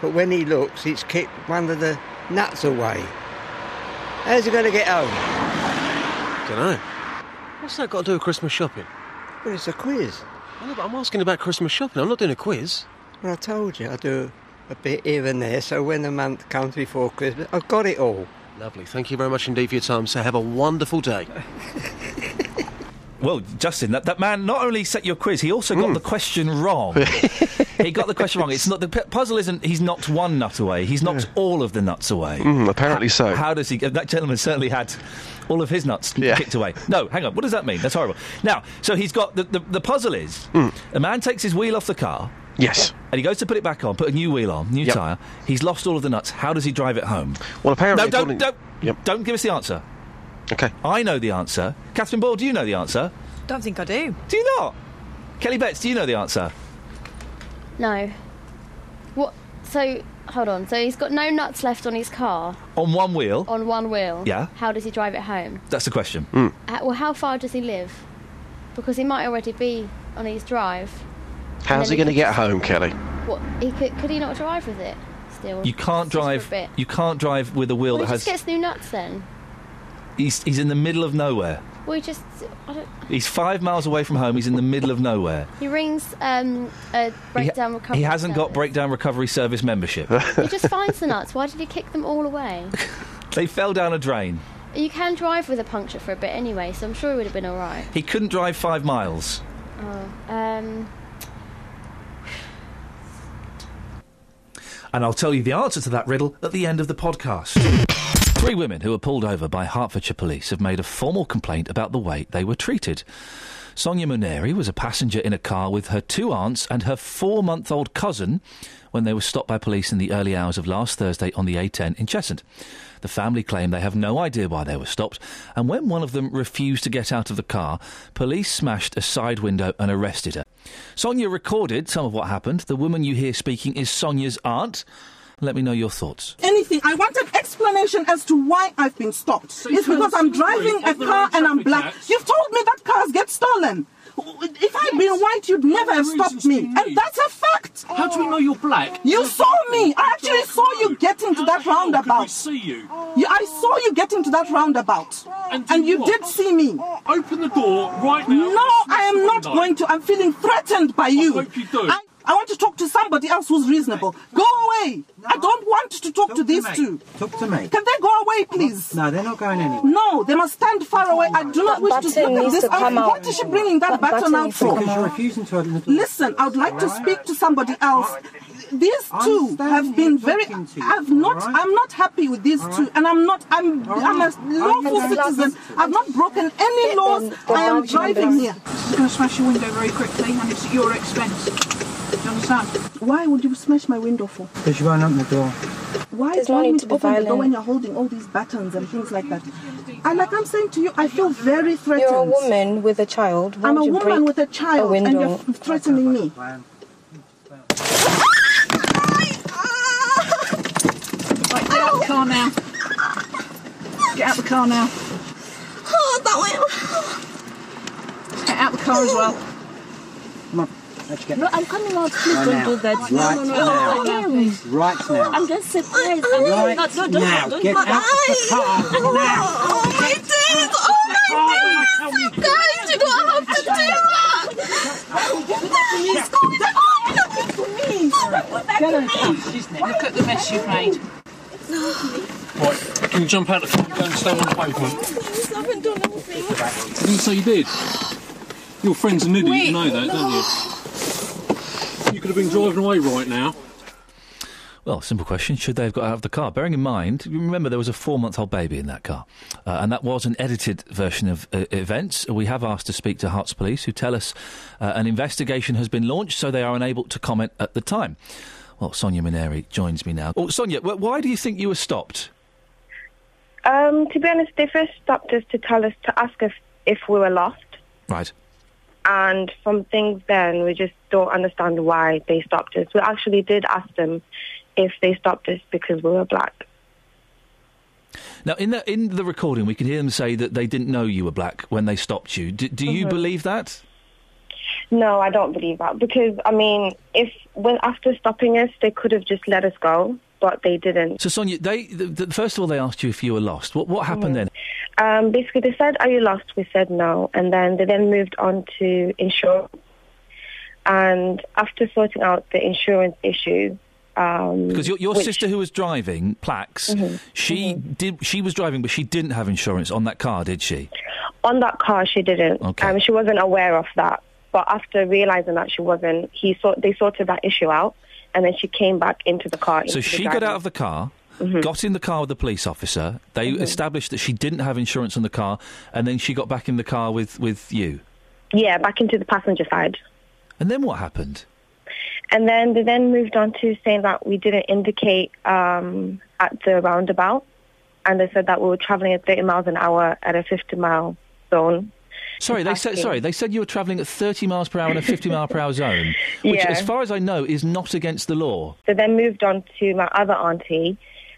Speaker 20: but when he looks, it's kicked one of the nuts away. How's he going to get home?
Speaker 12: Don't know. What's that got to do with Christmas shopping?
Speaker 20: Well, it's a quiz.
Speaker 12: I know, but I'm asking about Christmas shopping. I'm not doing a quiz.
Speaker 20: Well, I told you, I do a bit here and there, so when the month comes before Christmas, I've got it all.
Speaker 12: Lovely. Thank you very much indeed for your time, sir. Have a wonderful day.
Speaker 2: Well, Justin, that, that man not only set your quiz, he also
Speaker 9: Hmm.
Speaker 2: got the question
Speaker 9: *laughs*
Speaker 2: wrong. he got the question wrong. It's not the p- puzzle. Isn't he's knocked one nut away? He's knocked all of the nuts away.
Speaker 12: Hmm,
Speaker 9: Mm, apparently so.
Speaker 2: How does he? That gentleman certainly had all of his nuts kicked away. No, hang on. What does that mean? That's horrible. Now, so he's got the the, the puzzle is a man takes his wheel off the car.
Speaker 9: Hmm. Yes.
Speaker 2: And he goes to put it back on, put a new wheel on, new tyre. He's lost all of the nuts. How does he drive it home?
Speaker 9: Well, apparently.
Speaker 2: No, don't,
Speaker 9: according-
Speaker 2: don't, don't give us the answer.
Speaker 9: Okay.
Speaker 2: I know the answer. Catherine Ball, do you know the answer?
Speaker 21: Don't think I do.
Speaker 2: Do you not? Kelly Betts, do you know the answer?
Speaker 22: No. What? So, hold on. So he's got no nuts left on his car
Speaker 2: On one wheel?
Speaker 22: on one wheel.
Speaker 2: Yeah.
Speaker 22: How does he drive it home?
Speaker 2: That's the question.
Speaker 9: Hmm.
Speaker 22: How, well, how far does he live? Because he might already be on his drive.
Speaker 9: How's he going to get home, Kelly?
Speaker 22: What? He could, could he not drive with it still?
Speaker 2: You can't
Speaker 22: Just for a
Speaker 2: drive.
Speaker 22: bit.
Speaker 2: You can't drive with a wheel
Speaker 22: Well, he
Speaker 2: that has.
Speaker 22: just gets new nuts then.
Speaker 2: He's, he's in the middle of nowhere.
Speaker 22: Well, he just. I don't,
Speaker 2: He's five miles away from home. He's in the middle of nowhere.
Speaker 22: he rings um, a breakdown recovery.
Speaker 2: He hasn't got
Speaker 22: service.
Speaker 2: breakdown recovery service membership.
Speaker 22: He just finds the nuts. Why did he kick them all away?
Speaker 2: *laughs* they fell down a drain. *laughs*
Speaker 22: You can drive with a puncture for a bit anyway, so I'm sure he would have been all right.
Speaker 2: He couldn't drive five miles.
Speaker 22: Oh, um,
Speaker 2: And I'll tell you the answer to that riddle at the end of the podcast. Three women who were pulled over by Hertfordshire police have made a formal complaint about the way they were treated. Sonia Muneri was a passenger in a car with her two aunts and her four month old cousin when they were stopped by police in the early hours of last Thursday on the A10 in Cheshunt. The family claim they have no idea why they were stopped, and when one of them refused to get out of the car, police smashed a side window and arrested her. Sonia recorded some of what happened. The woman you hear speaking is Sonia's aunt. Let me know your thoughts.
Speaker 4: anything. I want an explanation as to why I've been stopped. it's
Speaker 21: tell
Speaker 4: because
Speaker 21: us
Speaker 4: I'm
Speaker 21: the story
Speaker 4: driving a
Speaker 21: of the
Speaker 4: car
Speaker 21: road
Speaker 4: and I'm
Speaker 21: traffic
Speaker 4: black.
Speaker 21: acts.
Speaker 4: You've told me that cars get stolen. If I'd been white, you'd never have stopped me. And that's a fact. How do we know you're black? You saw me. I actually saw you get into that roundabout. see you? I saw you get into that roundabout. And, you did see me. Open the door right now. No, I am not going to. I'm feeling threatened by you. I hope you do. I, want to talk to somebody else who's reasonable. Go away. I don't want to talk, to these two.
Speaker 20: Talk to me.
Speaker 4: Can they go away, please?
Speaker 20: No, they're not going anywhere.
Speaker 4: No, they must stand far away. I do not
Speaker 20: That
Speaker 4: wish to
Speaker 20: button
Speaker 4: look at
Speaker 20: needs
Speaker 4: this.
Speaker 20: to
Speaker 4: I
Speaker 20: come
Speaker 4: mean,
Speaker 20: out.
Speaker 4: what is she bringing that,
Speaker 20: That
Speaker 4: button
Speaker 20: button
Speaker 4: out
Speaker 20: needs to
Speaker 4: for?
Speaker 20: come out. Because you're refusing to open the door.
Speaker 4: Listen, I would like to speak to somebody else. These two have been very. I've not. I'm not happy with these two, and I'm not. I'm. I'm a lawful
Speaker 21: then.
Speaker 4: citizen. I've not broken any laws. I am driving here.
Speaker 21: I'm going to smash your window very quickly, and it's at your expense. Do you understand?
Speaker 4: Why would you smash my window for?
Speaker 20: Because you won't open the door.
Speaker 4: Why
Speaker 21: There's
Speaker 4: do
Speaker 21: no
Speaker 4: you
Speaker 21: need
Speaker 4: want
Speaker 21: to
Speaker 4: to
Speaker 21: be
Speaker 4: open the door
Speaker 21: violent.
Speaker 4: when you're holding all these buttons and things like that? And like I'm saying to you, I feel very threatened. You're a woman with a child.
Speaker 21: Why
Speaker 4: I'm a
Speaker 21: would you break
Speaker 4: woman with a
Speaker 21: a
Speaker 4: child, and
Speaker 21: window?
Speaker 4: you're f- threatening me.
Speaker 21: Right, get out of the car now. Get out the car now. Oh, that way. Get out the car as well.
Speaker 20: Come on, let's get
Speaker 21: I'm coming out.
Speaker 20: Right now. Right now. Right now.
Speaker 21: I'm just surprised.
Speaker 20: Right now. Get out of the car now.
Speaker 21: *laughs* Oh my days! Oh my days! Guys, you don't have to do that! Look at the mess you've made.
Speaker 23: Right, can you jump out of the car and go and stand on the pavement?
Speaker 21: Please, I haven't done anything.
Speaker 23: I didn't say you did. Your friend's an idiot,
Speaker 21: Wait,
Speaker 23: you know that, don't you? You could have been driving away right now.
Speaker 2: Well, simple question. Should they have got out of the car? Bearing in mind, you remember there was a four month old baby in that car. Uh, and that was an edited version of uh, events. We have asked to speak to Hearts Police, who tell us uh, an investigation has been launched, so they are unable to comment at the time. Well, Sonia Mineri joins me now. Oh, Sonia, wh- why do you think you were stopped?
Speaker 24: Um, to be honest, they first stopped us to tell us to ask if if we were lost,
Speaker 2: Right.
Speaker 24: and from things then we just don't understand why they stopped us. We actually did ask them if they stopped us because we were black.
Speaker 2: Now, in the, in the recording, we can hear them say that they didn't know you were black when they stopped you. D- do you
Speaker 24: Mhm.
Speaker 2: believe that?
Speaker 24: No, I don't believe that because I mean, if when after stopping us, they could have just let us go, but they didn't.
Speaker 2: So, Sonia, they, th th first of all, they asked you if you were lost. What, what happened then?
Speaker 24: Um, basically, they said, "Are you lost?" We said no, and then they then moved on to insurance. And after sorting out the insurance issue, um,
Speaker 2: Because your, your
Speaker 24: which- Mm-hmm.
Speaker 2: sister who was driving, Plax, she did she was driving, but she didn't have insurance on that car, did she?
Speaker 24: on that car, she didn't. Um, she wasn't aware of that. But after realizing that she wasn't, he sort they sorted that issue out, and then she came back into the car. into
Speaker 2: So
Speaker 24: the Mm-hmm.
Speaker 2: she
Speaker 24: driving.
Speaker 2: got out of the car, got in the car with the police officer. They
Speaker 24: Mm-hmm.
Speaker 2: established that she didn't have insurance on the car, and then she got back in the car with with you.
Speaker 24: Yeah, back into the passenger side.
Speaker 2: And then what happened?
Speaker 24: And then they then moved on to saying that we didn't indicate um, at the roundabout, and they said that we were traveling at 30 miles an hour at a 50 mile zone.
Speaker 2: Sorry, they said
Speaker 24: Exactly.
Speaker 2: sorry. They said you were travelling at 30 miles per hour in a 50 mile per
Speaker 24: *laughs*
Speaker 2: hour zone, which,
Speaker 24: Yeah.
Speaker 2: as far as I know, is not against the law.
Speaker 24: They then moved on to my other auntie,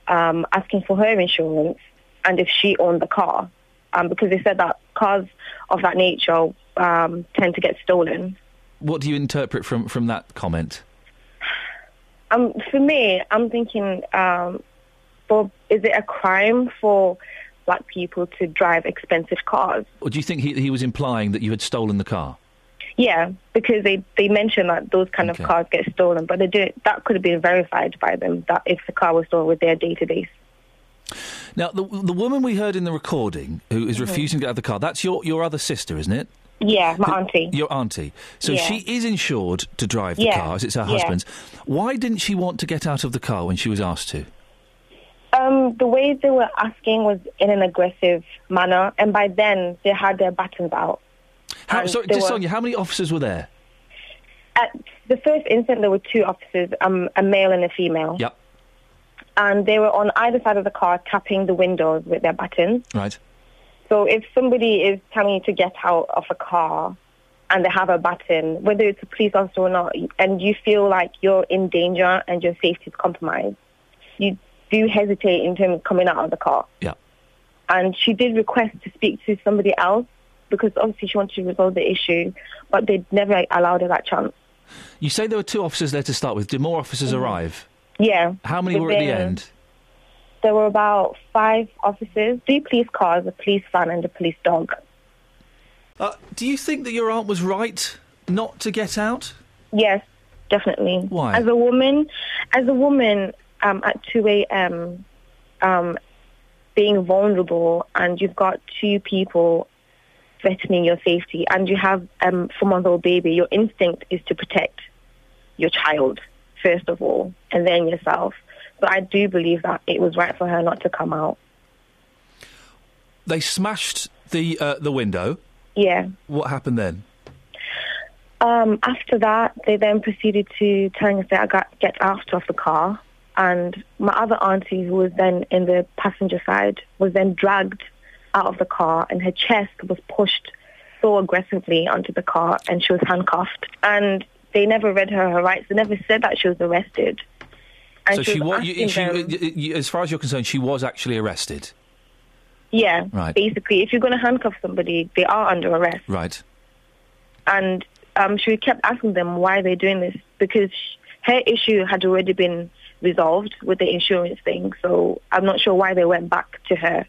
Speaker 24: um, asking for her insurance and if she owned the car, um, because they said that cars of that nature um, tend to get stolen.
Speaker 2: What do you interpret from from that comment?
Speaker 24: Um, for me, I'm thinking, um, for, is it a crime for black people to drive expensive cars?
Speaker 2: Or do you think he, he was implying that you had stolen the car?
Speaker 24: Yeah, because they, they mentioned that those kind
Speaker 2: Okay.
Speaker 24: of cars get stolen, but they didn't, that could have been verified by them that if the car was stolen with their database.
Speaker 2: Now, the the woman we heard in the recording who is refusing to get out of the car, that's your, your other sister, isn't it?
Speaker 24: Mm-hmm. Yeah, my auntie.
Speaker 2: Your auntie. So
Speaker 24: Yeah.
Speaker 2: she is insured to drive the
Speaker 24: Yeah.
Speaker 2: car, as it's her
Speaker 24: Yeah.
Speaker 2: husband's. Why didn't she want to get out of the car when she was asked to?
Speaker 24: Um, the way they were asking was in an aggressive manner, and by then they had their batons out.
Speaker 2: How,
Speaker 24: And
Speaker 2: sorry,
Speaker 24: they
Speaker 2: just
Speaker 24: Um, were-
Speaker 2: Sonia, how many officers were there?
Speaker 24: At the first incident, there were two officers, um, a male and a female.
Speaker 2: Yep.
Speaker 24: And they were on either side of the car tapping the windows with their batons.
Speaker 2: Right.
Speaker 24: So if somebody is telling you to get out of a car and they have a baton, whether it's a police officer or not, and you feel like you're in danger and your safety is compromised, you do hesitate in terms of coming out of the car.
Speaker 2: Yeah.
Speaker 24: And she did request to speak to somebody else because obviously she wanted to resolve the issue, but they never allowed her that chance.
Speaker 2: You say there were two officers there to start with. Did more officers
Speaker 24: Mm-hmm.
Speaker 2: arrive?
Speaker 24: Yeah.
Speaker 2: How many were at the
Speaker 24: Within-
Speaker 2: end?
Speaker 24: There were about five officers, three police cars, a police van, and a police dog.
Speaker 2: Uh, do you think that your aunt was right not to get out?
Speaker 24: Yes, definitely.
Speaker 2: Why?
Speaker 24: As a woman, as a woman, um, at two a.m., um, being vulnerable, and you've got two people threatening your safety, and you have um, four-month-old baby. Your instinct is to protect your child first of all, and then yourself. So I do believe that it was right for her not to come out.
Speaker 2: They smashed the uh, the window.
Speaker 24: Yeah.
Speaker 2: What happened then?
Speaker 24: Um, after that, they then proceeded to telling us that I got get out of the car, and my other auntie, who was then in the passenger side, was then dragged out of the car, and her chest was pushed so aggressively onto the car, and she was handcuffed. And they never read her her rights. They never said that she was arrested. And
Speaker 2: so she,
Speaker 24: was
Speaker 2: wa- you,
Speaker 24: asking
Speaker 2: she
Speaker 24: them-
Speaker 2: you- you- as far as you're concerned, she was actually arrested.
Speaker 24: yeah,
Speaker 2: Right.
Speaker 24: basically, if you're going to handcuff somebody, they are under arrest.
Speaker 2: Right.
Speaker 24: and um, she kept asking them why they're doing this because sh her issue had already been resolved with the insurance thing. So I'm not sure why they went back to her.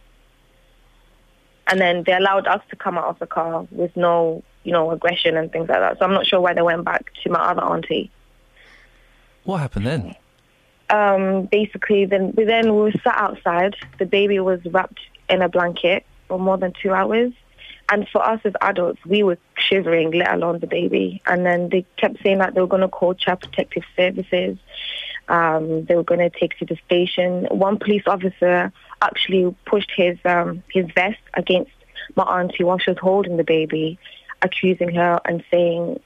Speaker 24: And then they allowed us to come out of the car with no, you know, aggression and things like that. So I'm not sure why they went back to my other auntie.
Speaker 2: What happened then?
Speaker 24: Um, basically, then we then we were sat outside. The baby was wrapped in a blanket for more than two hours. And for us as adults, we were shivering, let alone the baby. And then they kept saying that they were going to call Child Protective Services. Um, they were going to take to the station. One police officer actually pushed his um, his vest against my auntie while she was holding the baby, accusing her and saying,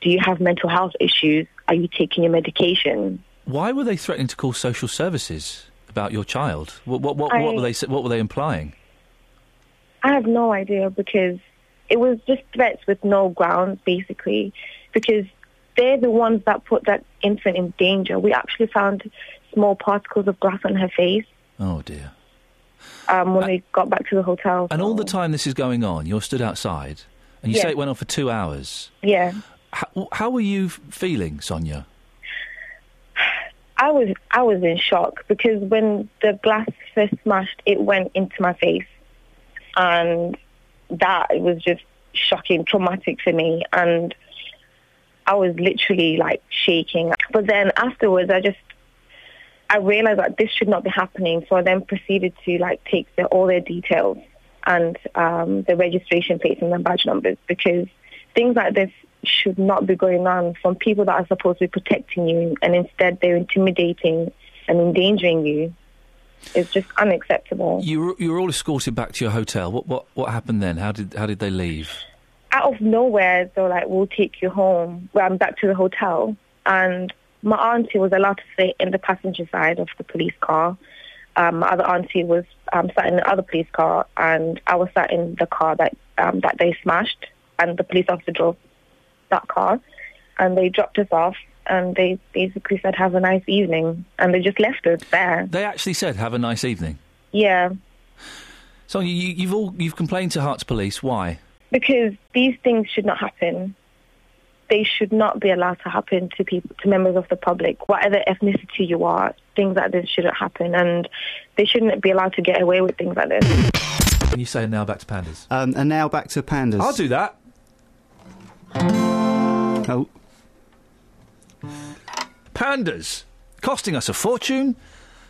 Speaker 24: "Do you have mental health issues? Are you taking your medication?"
Speaker 2: Why were they threatening to call social services about your child? What what what, what
Speaker 24: I-
Speaker 2: were they s- what were they implying?
Speaker 24: I have no idea because it was just threats with no ground, basically, because they're the ones that put that infant in danger. We actually found small particles of glass on her face
Speaker 2: Oh dear.
Speaker 24: um, when we got back to the hotel.
Speaker 2: And all the time this is going on, you're stood outside, and you
Speaker 24: Yeah.
Speaker 2: say it went on for two hours.
Speaker 24: Yeah,
Speaker 2: How, how were you f- feeling, Sonia?
Speaker 24: I was I was in shock because when the glass first smashed, it went into my face, and that was just shocking, traumatic for me, and I was literally like shaking. But then afterwards, I just I realized that this should not be happening, so I then proceeded to like take the, all their details and um, the registration plates and their badge numbers because things like this should not be going on from people that are supposed to be protecting you, and instead they're intimidating and endangering you. It's just unacceptable.
Speaker 2: You were, you were all escorted back to your hotel. What what what happened then? How did how did they leave?
Speaker 24: out of nowhere, they were like, we'll take you home. Well, I'm back to the hotel. And my auntie was allowed to sit in the passenger side of the police car. Um, my other auntie was um, sat in the other police car, and I was sat in the car that um, that they smashed, and the police officer drove that car, and they dropped us off, and they basically said, "Have a nice evening," and they just left us there.
Speaker 2: They actually said, "Have a nice evening."
Speaker 24: Yeah.
Speaker 2: Sonia, you, you've all you've complained to Hearts Police. Why?
Speaker 24: because these things should not happen. They should not be allowed to happen to people, to members of the public, whatever ethnicity you are. Things like this shouldn't happen, and they shouldn't be allowed to get away with things like this.
Speaker 2: Can you say now back to pandas?
Speaker 3: Um, and now back to pandas.
Speaker 2: I'll do that.
Speaker 3: Oh.
Speaker 2: Pandas, costing us a fortune.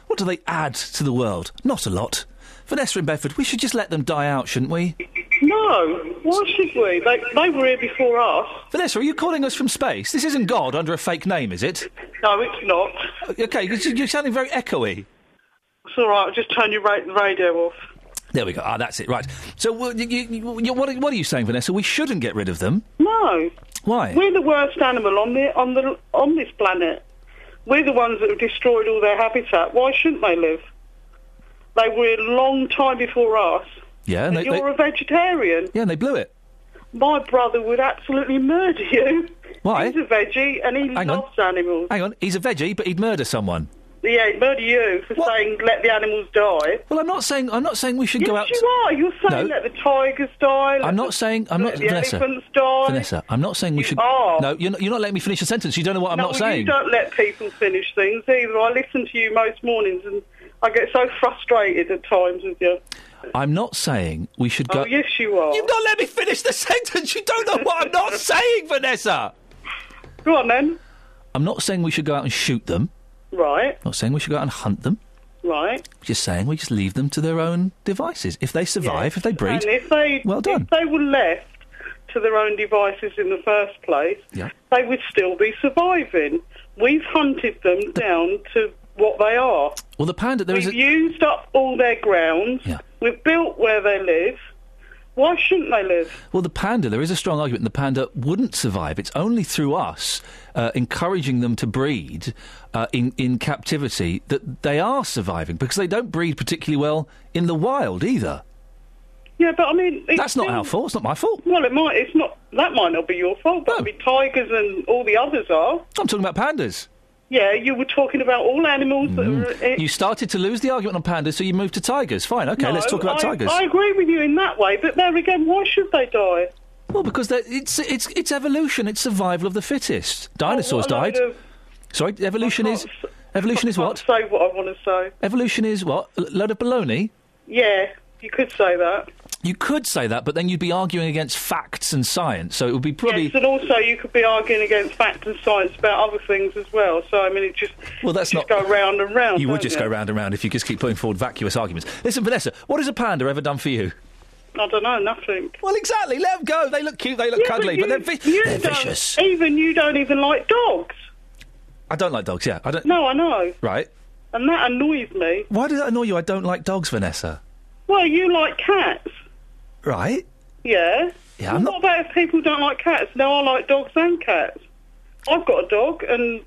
Speaker 2: What do they add to the world? Not a lot. Vanessa in Bedford, we should just let them die out, shouldn't we?
Speaker 1: No, why should we? They, they were here before us.
Speaker 2: Vanessa, are you calling us from space? This isn't God under a fake name, is it?
Speaker 1: No, it's not.
Speaker 2: Okay, 'cause you- you're sounding very echoey.
Speaker 1: It's all right. I'll just turn your ra- radio off.
Speaker 2: There we go. Ah, that's it. Right. So, well, you, you, you, what, are, what are you saying, Vanessa? We shouldn't get rid of them.
Speaker 1: No.
Speaker 2: Why?
Speaker 1: We're the worst animal on the on the on this planet. We're the ones that have destroyed all their habitat. Why shouldn't they live? They were here a long time before us.
Speaker 2: Yeah, and they,
Speaker 1: You're
Speaker 2: they-
Speaker 1: a vegetarian.
Speaker 2: yeah, and they blew it.
Speaker 1: My brother would absolutely murder you.
Speaker 2: Why?
Speaker 1: He's a veggie and he
Speaker 2: Hang on.
Speaker 1: loves animals.
Speaker 2: Hang on, he's a veggie, but he'd murder someone.
Speaker 1: Yeah, he'd murder you for saying let the animals die.
Speaker 2: Well, I'm not saying I'm not saying we should
Speaker 1: yes,
Speaker 2: go out.
Speaker 1: you are. You're saying
Speaker 2: No.
Speaker 1: let the tigers die. let
Speaker 2: I'm
Speaker 1: the-
Speaker 2: not saying I'm not
Speaker 1: let the
Speaker 2: Vanessa.
Speaker 1: elephants die.
Speaker 2: Vanessa, I'm not saying we should.
Speaker 1: are.
Speaker 2: No, you're not, you're not letting me finish the sentence. You don't know what I'm
Speaker 1: no,
Speaker 2: not
Speaker 1: well,
Speaker 2: saying.
Speaker 1: You don't let people finish things either. I listen to you most mornings and I get so frustrated at times with you.
Speaker 2: I'm not saying we should go.
Speaker 1: Oh, yes, you are.
Speaker 2: You've not let me finish the *laughs* sentence. You don't know what I'm
Speaker 1: *laughs*
Speaker 2: not saying, Vanessa.
Speaker 1: Go on then.
Speaker 2: I'm not saying we should go out and shoot them.
Speaker 1: Right,
Speaker 2: I'm not saying we should go out and hunt them.
Speaker 1: right.
Speaker 2: I'm just saying we just leave them to their own devices. If they survive, if they breed,
Speaker 1: And if they,
Speaker 2: well done.
Speaker 1: if they were left to their own devices in the first place,
Speaker 2: Yeah.
Speaker 1: they would still be surviving. We've hunted them down to what they are.
Speaker 2: Well, the panda. There
Speaker 1: We've
Speaker 2: is a,
Speaker 1: used up all their grounds. We've built where they live. Why shouldn't they live?
Speaker 2: well, the panda. There is a strong argument. The panda wouldn't survive. It's only through us uh, encouraging them to breed uh, in in captivity that they are surviving because they don't breed particularly well in the wild either.
Speaker 1: Yeah, but I mean, it's
Speaker 2: That's not
Speaker 1: still-
Speaker 2: our fault. It's not my fault.
Speaker 1: Well, it might. It's not. That might not be your fault. But I mean, tigers and all the others are.
Speaker 2: I'm talking about pandas. Mm.
Speaker 1: Yeah, you were talking about all animals that are. eh,
Speaker 2: You started to lose the argument on pandas, so you moved to tigers. Fine, okay, let's
Speaker 1: No,
Speaker 2: talk about
Speaker 1: I,
Speaker 2: tigers.
Speaker 1: I agree with you in that way, but there again, why should they die?
Speaker 2: Well, because they're- it's it's it's evolution. It's survival of the fittest.
Speaker 1: Oh,
Speaker 2: Dinosaurs
Speaker 1: what a load
Speaker 2: died.
Speaker 1: of-
Speaker 2: Sorry, evolution is evolution is what?
Speaker 1: Say what I want to say.
Speaker 2: Evolution is what? A load of baloney.
Speaker 1: Yeah, you could say that.
Speaker 2: You could say that, but then you'd be arguing against facts and science. So it would be probably
Speaker 1: Yes, and also you could be arguing against fact and science about other things as well. So I mean, it just
Speaker 2: well, that's
Speaker 1: just go round and round.
Speaker 2: you would
Speaker 1: don't
Speaker 2: just go round and round if you just keep putting forward vacuous arguments. Listen, Vanessa, what has a panda ever done for you?
Speaker 1: I don't know, nothing.
Speaker 2: Well, exactly. Let them go. They look cute. They look cuddly, but they're vi- they're vicious.
Speaker 1: Even you don't even like dogs.
Speaker 2: I don't like dogs. Yeah, I don't.
Speaker 1: No, I know,
Speaker 2: Right.
Speaker 1: and that annoys me.
Speaker 2: Why does that annoy you? I don't like dogs, Vanessa.
Speaker 1: Well, you like cats,
Speaker 2: Right.
Speaker 1: yeah?
Speaker 2: Yeah, I'm
Speaker 1: what about if people don't like cats? No, I like dogs and cats. I've got a dog, and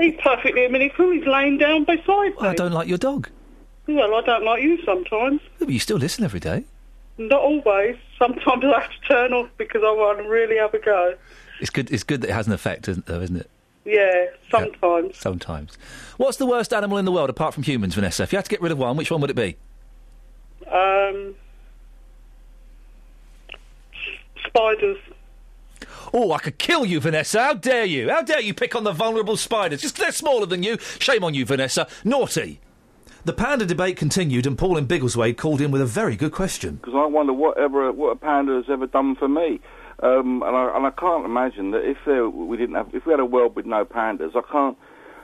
Speaker 1: he's perfectly amenable. He's laying down beside me.
Speaker 2: I don't like your dog.
Speaker 1: Well, I don't like you sometimes.
Speaker 2: But you still listen every day.
Speaker 1: Not always. Sometimes *laughs* I have to turn off because I want to really have a go.
Speaker 2: It's good. It's good that it has an effect, isn't there? Isn't it?
Speaker 1: Yeah, sometimes.
Speaker 2: Sometimes. What's the worst animal in the world apart from humans, Vanessa? If you had to get rid of one, which one would it be?
Speaker 1: Um, spiders.
Speaker 2: Oh, I could kill you, Vanessa. How dare you? How dare you pick on the vulnerable spiders? Just 'cause they're smaller than you. Shame on you, Vanessa. Naughty. The panda debate continued, and Paul in Biggleswade called in with a very good question.
Speaker 5: because I wonder whatever what a panda has ever done for me. Um, and, I, and I can't imagine that if there, we didn't have, if we had a world with no pandas, I can't,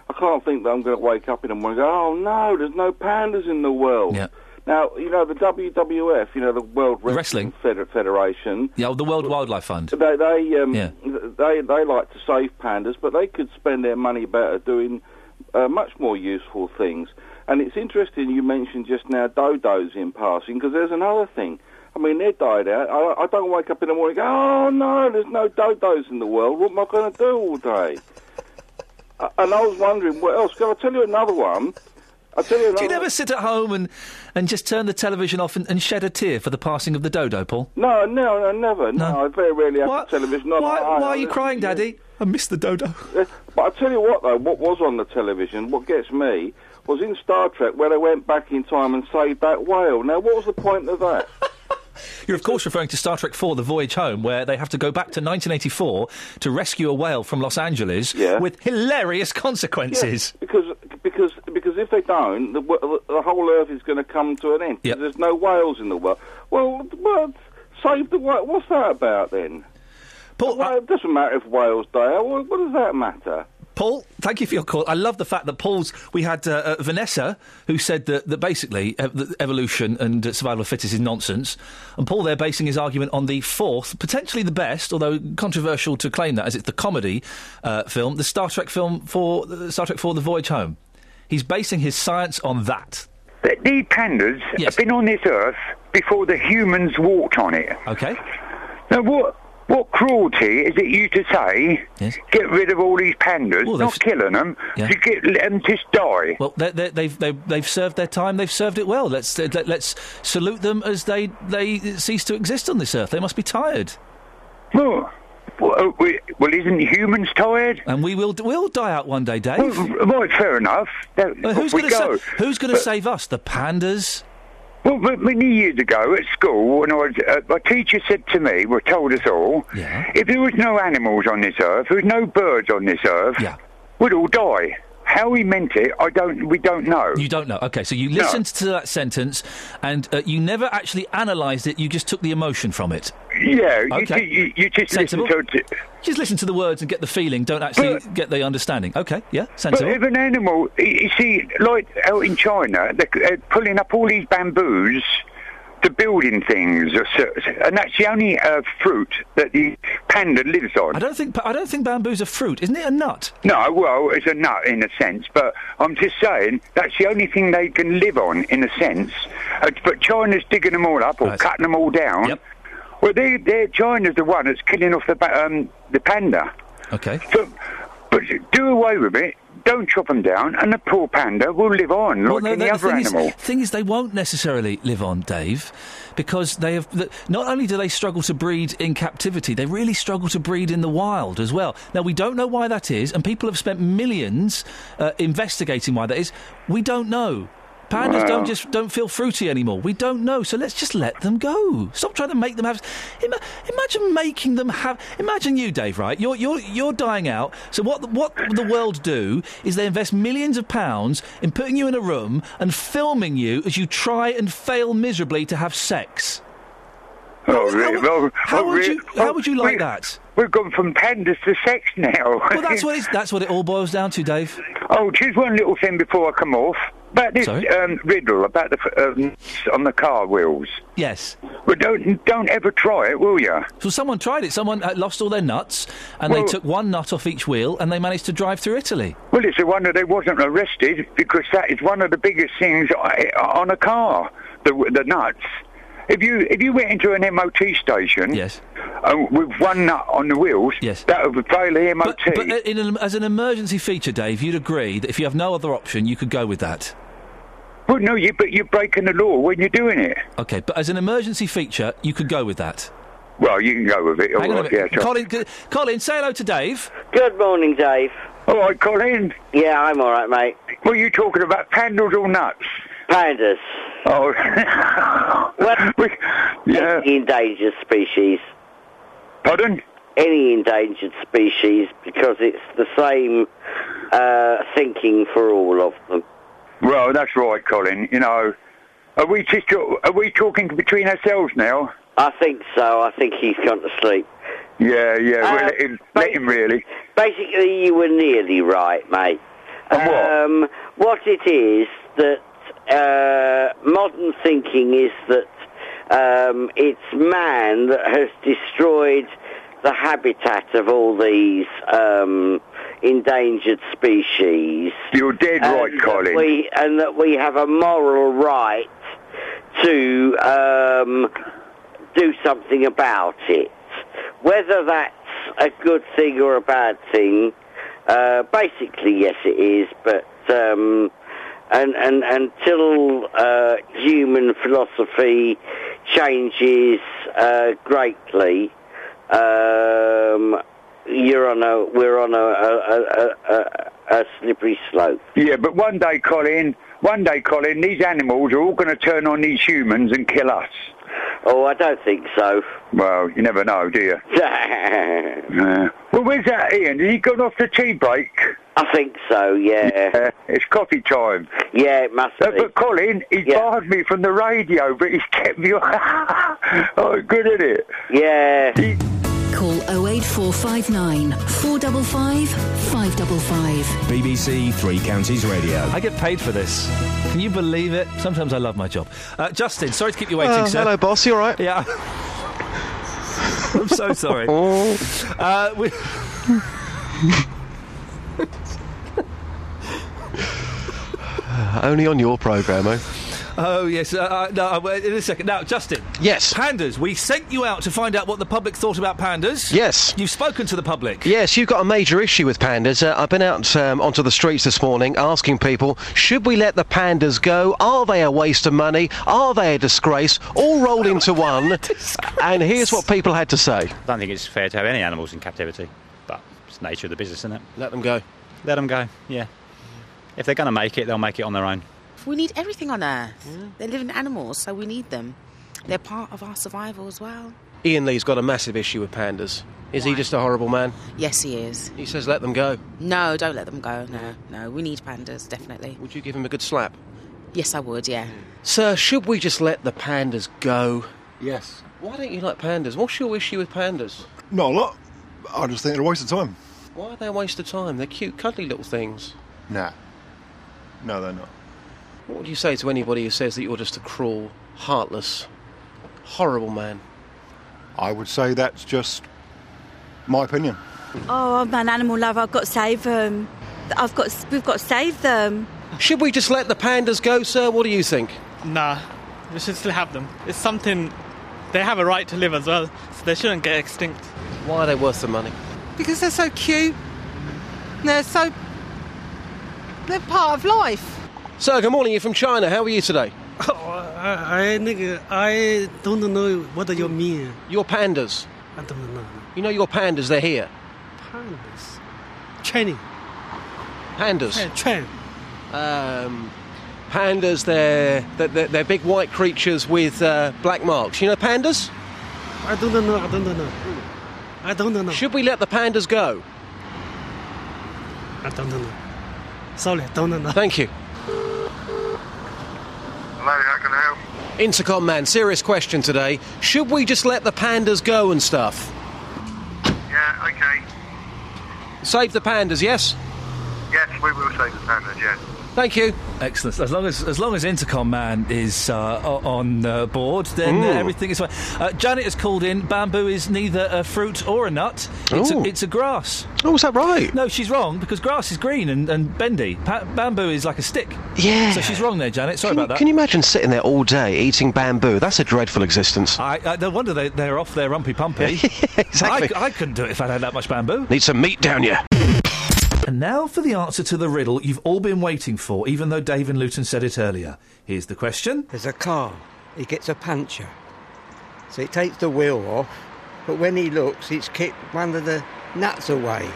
Speaker 5: I can't think that I'm going to wake up in the morning and go, oh no, there's no pandas in the world. Now you know the WWF, you know the World Wrestling, Feder- Federation.
Speaker 2: Yeah, the World Wildlife Fund.
Speaker 5: They they um,
Speaker 2: Yeah.
Speaker 5: th- they they like to save pandas, but they could spend their money better doing uh, much more useful things. And it's interesting you mentioned just now dodos in passing because there's another thing. I mean, they're died out. I, I don't wake up in the morning. and go, Oh no, there's no dodos in the world. What am I going to do all day? Uh, and I was wondering what else. Can I tell you another one? I tell you another.
Speaker 2: Do you never sit at home and, and just turn the television off and, and shed a tear for the passing of the dodo, Paul?
Speaker 5: No, no, no, never. No, I very rarely have
Speaker 2: What?
Speaker 5: the television on.
Speaker 2: Why-
Speaker 5: I- I-
Speaker 2: why are
Speaker 5: I
Speaker 2: you
Speaker 5: listen
Speaker 2: crying,
Speaker 5: to you.
Speaker 2: Daddy? I miss the dodo.
Speaker 5: Uh, But I tell you what, though, what was on the television, what gets me, was in Star Trek where they went back in time and saved that whale. Now, what was the point of that?
Speaker 2: You're, of course, referring to Star Trek IV, The Voyage Home, where they have to go back to 1984 to rescue a whale from Los Angeles with hilarious consequences.
Speaker 5: because because because if they don't, the, wo- the whole Earth is going to come to an end. 'cause There's no whales in the world. Well, what? Save the whale. What's that about then?
Speaker 2: Paul,
Speaker 5: it doesn't matter if whales die. What, what does that matter?
Speaker 2: Paul, thank you for your call. I love the fact that Paul's. We had uh, uh, Vanessa who said that, that basically ev- that evolution and uh, survival of fittest is nonsense. And Paul, there basing his argument on the fourth, potentially the best, although controversial to claim that, as it's the comedy uh, film, the Star Trek film for uh, Star Trek for The Voyage Home. He's basing his science on that.
Speaker 6: That the pandas have been on this earth before the humans walked on it.
Speaker 2: Okay.
Speaker 6: Now, what what cruelty is it you to say? Get rid of all these pandas, not killing them,
Speaker 2: Yeah.
Speaker 6: to get let them just die.
Speaker 2: Well, they, they, they've, they've, they've served their time. They've served it well. Let's uh, let, let's salute them as they they cease to exist on this earth. They must be tired.
Speaker 6: Well, well, isn't humans tired?
Speaker 2: And we will we'll die out one day, Dave.
Speaker 6: Right, fair enough. That-
Speaker 2: Well, who's
Speaker 6: we
Speaker 2: going
Speaker 6: go.
Speaker 2: to who's going to
Speaker 6: But-
Speaker 2: save us? The pandas.
Speaker 6: Well, but many years ago at school, when I was, uh, my teacher said to me, well, told us all, if there was no animals on this earth, there was no birds on this earth, we'd all die. How he meant it, I don't. We don't know.
Speaker 2: You don't know. Okay, so you listened to that sentence, and uh, you never actually analysed it. You just took the emotion from it.
Speaker 6: Yeah, you,
Speaker 2: Okay.
Speaker 6: ju- you, you just
Speaker 2: Sensible.
Speaker 6: listen to. to
Speaker 2: Just listen to the words and get the feeling. Don't actually get the understanding. Okay, yeah, sensible.
Speaker 6: But if an animal, y- you see, like out in China, they're, they're pulling up all these bamboos to building things, or so- and that's the only uh, fruit that the panda lives on.
Speaker 2: I don't think I don't think bamboo's a fruit. Isn't it a nut?
Speaker 6: No, well, it's a nut in a sense, but I'm just saying that's the only thing they can live on in a sense. Uh, but China's digging them all up or cutting them all down. Well, they, they China's the one that's killing off the ba- um, the panda.
Speaker 2: Okay.
Speaker 6: So, but do away with it. Don't chop them down, and the poor panda will live on like
Speaker 2: no,
Speaker 6: any
Speaker 2: the
Speaker 6: other
Speaker 2: thing
Speaker 6: animal.
Speaker 2: Is, thing is, they won't necessarily live on, Dave, because they have. The, not only do they struggle to breed in captivity, they really struggle to breed in the wild as well. Now we don't know why that is, and people have spent millions uh, investigating why that is. We don't know. Pandas
Speaker 6: Wow.
Speaker 2: don't just don't feel fruity anymore. We don't know, so let's just let them go. Stop trying to make them have. Ima- imagine making them have. Imagine you, Dave. Right, you're you're you're dying out. So what the- what the world do is they invest millions of pounds in putting you in a room and filming you as you try and fail miserably to have sex.
Speaker 6: Oh, really? Well,
Speaker 2: how
Speaker 6: oh,
Speaker 2: would
Speaker 6: really?
Speaker 2: you- how
Speaker 6: Oh,
Speaker 2: would you like
Speaker 6: we-
Speaker 2: that?
Speaker 6: We've gone from pandas to sex now.
Speaker 2: Well, that's
Speaker 6: *laughs*
Speaker 2: what it's, that's what it all boils down to, Dave.
Speaker 6: Oh, just one little thing before I come off. About this um, riddle about the f- um, on the car wheels.
Speaker 2: Yes.
Speaker 6: Well, don't don't ever try it, will you?
Speaker 2: So someone tried it. Someone uh, lost all their nuts, and
Speaker 6: Well-
Speaker 2: they took one nut off each wheel, and they managed to drive through Italy.
Speaker 6: Well, it's a wonder they wasn't arrested because that is one of the biggest things I- on a car. The the nuts. If you if you went into an MOT station, uh,
Speaker 2: yes,
Speaker 6: with one nut on the wheels, yes, that would fail the MOT.
Speaker 2: But uh, in an, as an emergency feature, Dave, you'd agree that if you have no other option, you could go with that.
Speaker 6: well, no, you but you're breaking the law when you're doing it.
Speaker 2: Okay, but as an emergency feature, you could go with that.
Speaker 6: Well, you can go with it.
Speaker 2: Hang on a
Speaker 6: All right, yeah,
Speaker 2: minute.
Speaker 6: sure.
Speaker 2: Colin, g- Colin, say hello to Dave.
Speaker 25: Good morning, Dave.
Speaker 6: All right, Colin.
Speaker 25: Yeah, I'm all right, mate.
Speaker 6: Were you talking about pandas or nuts?
Speaker 25: Pandas.
Speaker 6: Oh.
Speaker 25: *laughs*
Speaker 6: yeah.
Speaker 25: Any endangered species.
Speaker 6: Pardon?
Speaker 25: Any endangered species, because it's the same uh, thinking for all of them.
Speaker 6: Well, that's right, Colin. You know, are we just are we talking between ourselves now?
Speaker 25: I think so. I think he's gone to sleep. Uh,
Speaker 6: Yeah, yeah. well, let, him, let him really.
Speaker 25: Basically, you were nearly right, mate. Um, what it is that uh, modern thinking is that um, it's man that has destroyed the habitat of all these um, endangered species.
Speaker 6: You're dead right, Colin.
Speaker 25: We, and that we have a moral right to um, do something about it. Whether that's a good thing or a bad thing, uh, basically, yes, it is. But um, and, and until uh, human philosophy changes uh, greatly, um, you're on a we're on a, a, a, a, a slippery slope.
Speaker 6: Yeah, but one day, Colin. One day, Colin. These animals are all going to turn on these humans and kill us.
Speaker 25: Oh, I don't think so.
Speaker 6: Well, you never know,
Speaker 25: *laughs*
Speaker 6: do you? Yeah. Well, where's that Ian? Has he gone off the tea break?
Speaker 25: I think so, yeah.
Speaker 6: it's coffee time.
Speaker 25: Yeah, it must
Speaker 6: be. But Colin, he barred me from the *laughs* radio, but he's kept me on. oh, good, isn't it?
Speaker 25: Yeah.
Speaker 26: Call 08459 455 555.
Speaker 27: BBC Three Counties Radio.
Speaker 2: I get paid for this. Can you believe it? Sometimes I love my job. Uh, Justin, sorry to keep you waiting,
Speaker 12: Oh,
Speaker 2: sir.
Speaker 12: hello, boss. You all right?
Speaker 2: Yeah. I'm so
Speaker 12: *laughs*
Speaker 2: sorry.
Speaker 12: Oh.
Speaker 2: uh, we... *laughs*
Speaker 12: *laughs* Only on your programme, eh?
Speaker 2: Oh yes. Uh, uh, no, uh, wait, in a second. Now, Justin.
Speaker 12: Yes.
Speaker 2: Pandas. We sent you out to find out what the public thought about pandas.
Speaker 12: Yes.
Speaker 2: You've spoken to the public.
Speaker 12: Yes, you've got a major issue with pandas. Uh, I've been out um, onto the streets this morning asking people, should we let the pandas go? Are they a waste of money? Are they a disgrace? All
Speaker 9: *laughs*
Speaker 12: rolled into one. and here's what people had to say.
Speaker 28: I don't think it's fair to have any animals in captivity, but it's the nature of the business, isn't it?
Speaker 12: Let them go.
Speaker 28: Let them go, yeah. If they're going to make it, they'll make it on their own.
Speaker 9: We need everything on Earth. They're living animals, so we need them. They're part of our survival as well.
Speaker 12: Ian Lee's got a massive issue with pandas. Is he just a horrible man?
Speaker 9: Yes, he is.
Speaker 12: He says let them go.
Speaker 9: No, don't let them go. No, no. We need pandas, definitely.
Speaker 12: Would you give him a good slap?
Speaker 9: Yes, I would, yeah.
Speaker 12: Sir, should we just let the pandas go?
Speaker 28: Yes.
Speaker 12: Why don't you like pandas? What's your issue with pandas?
Speaker 23: Not a lot. I just think they're a waste of time.
Speaker 12: Why are they a waste of time? They're cute, cuddly little things.
Speaker 23: Nah. No, they're not.
Speaker 12: What would you say to anybody who says that you're just a cruel, heartless, horrible man?
Speaker 23: I would say that's just my opinion.
Speaker 29: Oh, I'm an animal lover. I've got to save them. I've got. We've got to save them.
Speaker 12: Should we just let the pandas go, sir? What do you think?
Speaker 30: Nah, we should still have them. It's something. They have a right to live as well, so they shouldn't get extinct.
Speaker 12: Why are they worth the money?
Speaker 1: because they're so cute. They're so. They're part of life.
Speaker 12: Sir, good morning. You're from China. How are you today?
Speaker 31: Oh, I, I, 那个 I don't know what you mean.
Speaker 12: Your pandas.
Speaker 31: I don't know.
Speaker 12: You know your pandas, they're here.
Speaker 31: Pandas. Chinese.
Speaker 12: Pandas.
Speaker 31: Yeah, Chinese.
Speaker 12: Um, pandas, they're, they're, they're, they're big white creatures with uh, black marks. You know pandas?
Speaker 31: I don't know. I don't know. I don't know.
Speaker 12: Should we let the pandas go?
Speaker 31: I don't know. Sorry, don't know.
Speaker 12: Thank you. Intercom man, serious question today. Should we just let the pandas go and stuff?
Speaker 8: Yeah, okay.
Speaker 12: Save the pandas, yes?
Speaker 8: Yes, we will save the pandas, yes.
Speaker 12: Thank you.
Speaker 2: Excellent. As long as as long as Intercom Man is uh, o- on uh, board, then uh,
Speaker 12: Ooh.
Speaker 2: everything is fine. Uh, Janet has called in. Bamboo is neither a fruit or a nut. It's a,
Speaker 12: Ooh.
Speaker 2: it's a grass.
Speaker 12: Oh, is that right?
Speaker 2: No, she's wrong because grass is green and, and bendy. Pa- bamboo is like a stick.
Speaker 12: Yeah.
Speaker 2: So she's wrong there, Janet. Sorry
Speaker 12: can,
Speaker 2: about that.
Speaker 12: can you imagine sitting there all day eating bamboo? That's a dreadful existence.
Speaker 2: I, I, no wonder they, they're off their rumpy pumpy.
Speaker 12: *laughs* exactly.
Speaker 2: I, I couldn't do it if I'd had that much bamboo.
Speaker 12: Need some meat down you.
Speaker 2: And now for the answer to the riddle you've all been waiting for, even though Dave and Luton said it earlier. Here's the question.
Speaker 20: There's a car. He gets a puncture. So he takes the wheel off, but when he looks, it's kicked one of the nuts away.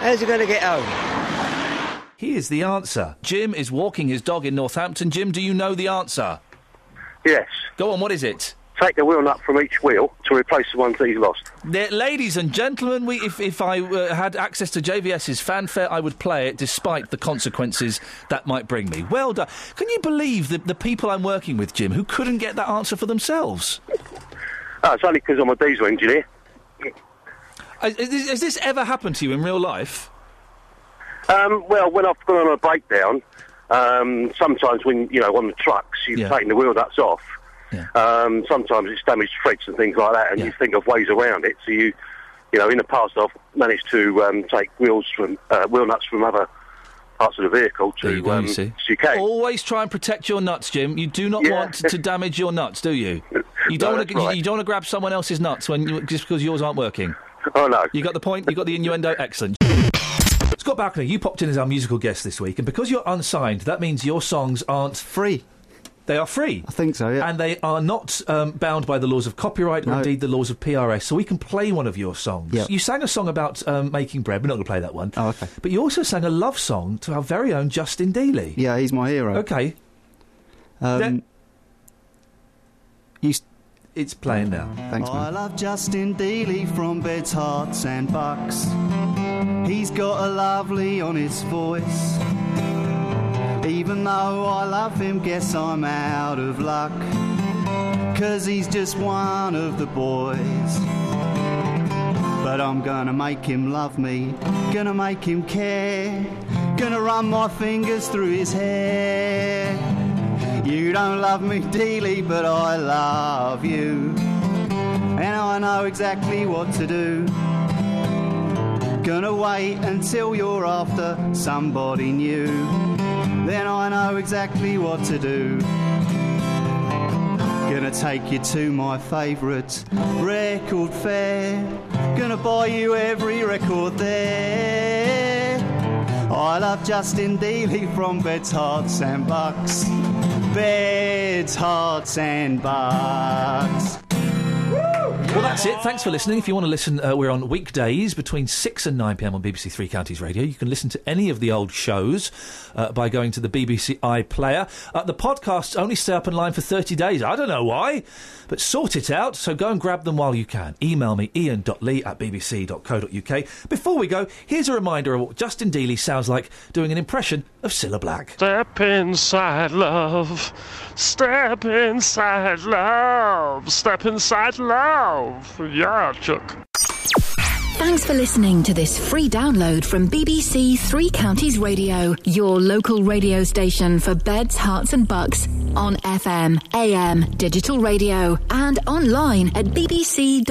Speaker 20: How's he going to get home?
Speaker 2: Here's the answer. Jim is walking his dog in Northampton. Jim, do you know the answer?
Speaker 32: Yes.
Speaker 2: Go on, what is it?
Speaker 32: Take the wheel nut from each wheel to replace the ones that he's lost.
Speaker 2: There, ladies and gentlemen, we, if, if I uh, had access to JVS's fanfare, I would play it despite the consequences that might bring me. Well done. Can you believe the, the people I'm working with, Jim, who couldn't get that answer for themselves?
Speaker 32: Oh, it's only because I'm a diesel engineer.
Speaker 2: Has, has this- has this ever happened to you in real life?
Speaker 32: Um, well, when I've gone on a breakdown, um, sometimes when, you know, on the trucks, you've
Speaker 2: Yeah.
Speaker 32: taken the wheel nuts off. Um, sometimes it's damaged threads and things like that, and you think of ways around it. So you, you know, in the past I've managed to um, take wheels from uh, wheel nuts from other parts of the vehicle to
Speaker 2: you go, you
Speaker 32: um,
Speaker 2: see.
Speaker 32: to UK.
Speaker 2: Always try and protect your nuts, Jim. You do not want to damage your nuts, do you? You
Speaker 32: No,
Speaker 2: don't
Speaker 32: that's
Speaker 2: want
Speaker 32: right.
Speaker 2: to. You don't want to grab someone else's nuts when you, just because yours aren't working.
Speaker 32: Oh no!
Speaker 2: You got the point. You got the innuendo. Excellent. Scott Balcony, you popped in as our musical guest this week, and because you're unsigned, that means your songs aren't free. They are free. I
Speaker 11: think so, yeah.
Speaker 2: And they are not um, bound by the laws of copyright or
Speaker 11: No.
Speaker 2: indeed the laws of PRS, so we can play one of your songs.
Speaker 11: Yeah.
Speaker 2: You sang a song about um, making bread. We're not going to play that one. Oh, okay. But you also sang a love song to our very own Justin Dealey.
Speaker 11: Yeah, he's my hero.
Speaker 2: Okay.
Speaker 11: Um,
Speaker 2: That-
Speaker 11: you st-
Speaker 2: it's playing now.
Speaker 11: Thanks,
Speaker 33: I
Speaker 11: man.
Speaker 33: love Justin Dealey from Beds, Hearts and Bucks. He's got a lovely honest voice. Even though I love him, guess I'm out of luck. Cause he's just one of the boys. But I'm gonna make him love me, gonna make him care, gonna run my fingers through his hair. You don't love me dearly, but I love you, and I know exactly what to do. Gonna wait until you're after somebody new, then I know exactly what to do. Gonna take you to my favourite record fair. Gonna buy you every record there. I love Justin Dealey from Beds, Hearts and Bucks. Beds, Hearts and Bucks.
Speaker 2: Well, that's it. Thanks for listening. If you want to listen, uh, we're on weekdays between 6 and 9 pm on BBC Three Counties Radio. You can listen to any of the old shows uh, by going to the BBC iPlayer. Uh, the podcasts only stay up online for 30 days. I don't know why, but sort it out. So go and grab them while you can. Email me, ian.lee at bbc.co.uk. Before we go, here's a reminder of what Justin Dealey sounds like doing an impression of Cilla Black.
Speaker 34: Step inside love. Step inside love. Step inside love. Yeah, Chuck.
Speaker 26: Thanks for listening to this free download from BBC Three Counties Radio, your local radio station for beds, hearts, and bucks on FM, AM, digital radio, and online at bbc.co.uk/slash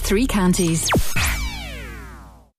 Speaker 26: three counties.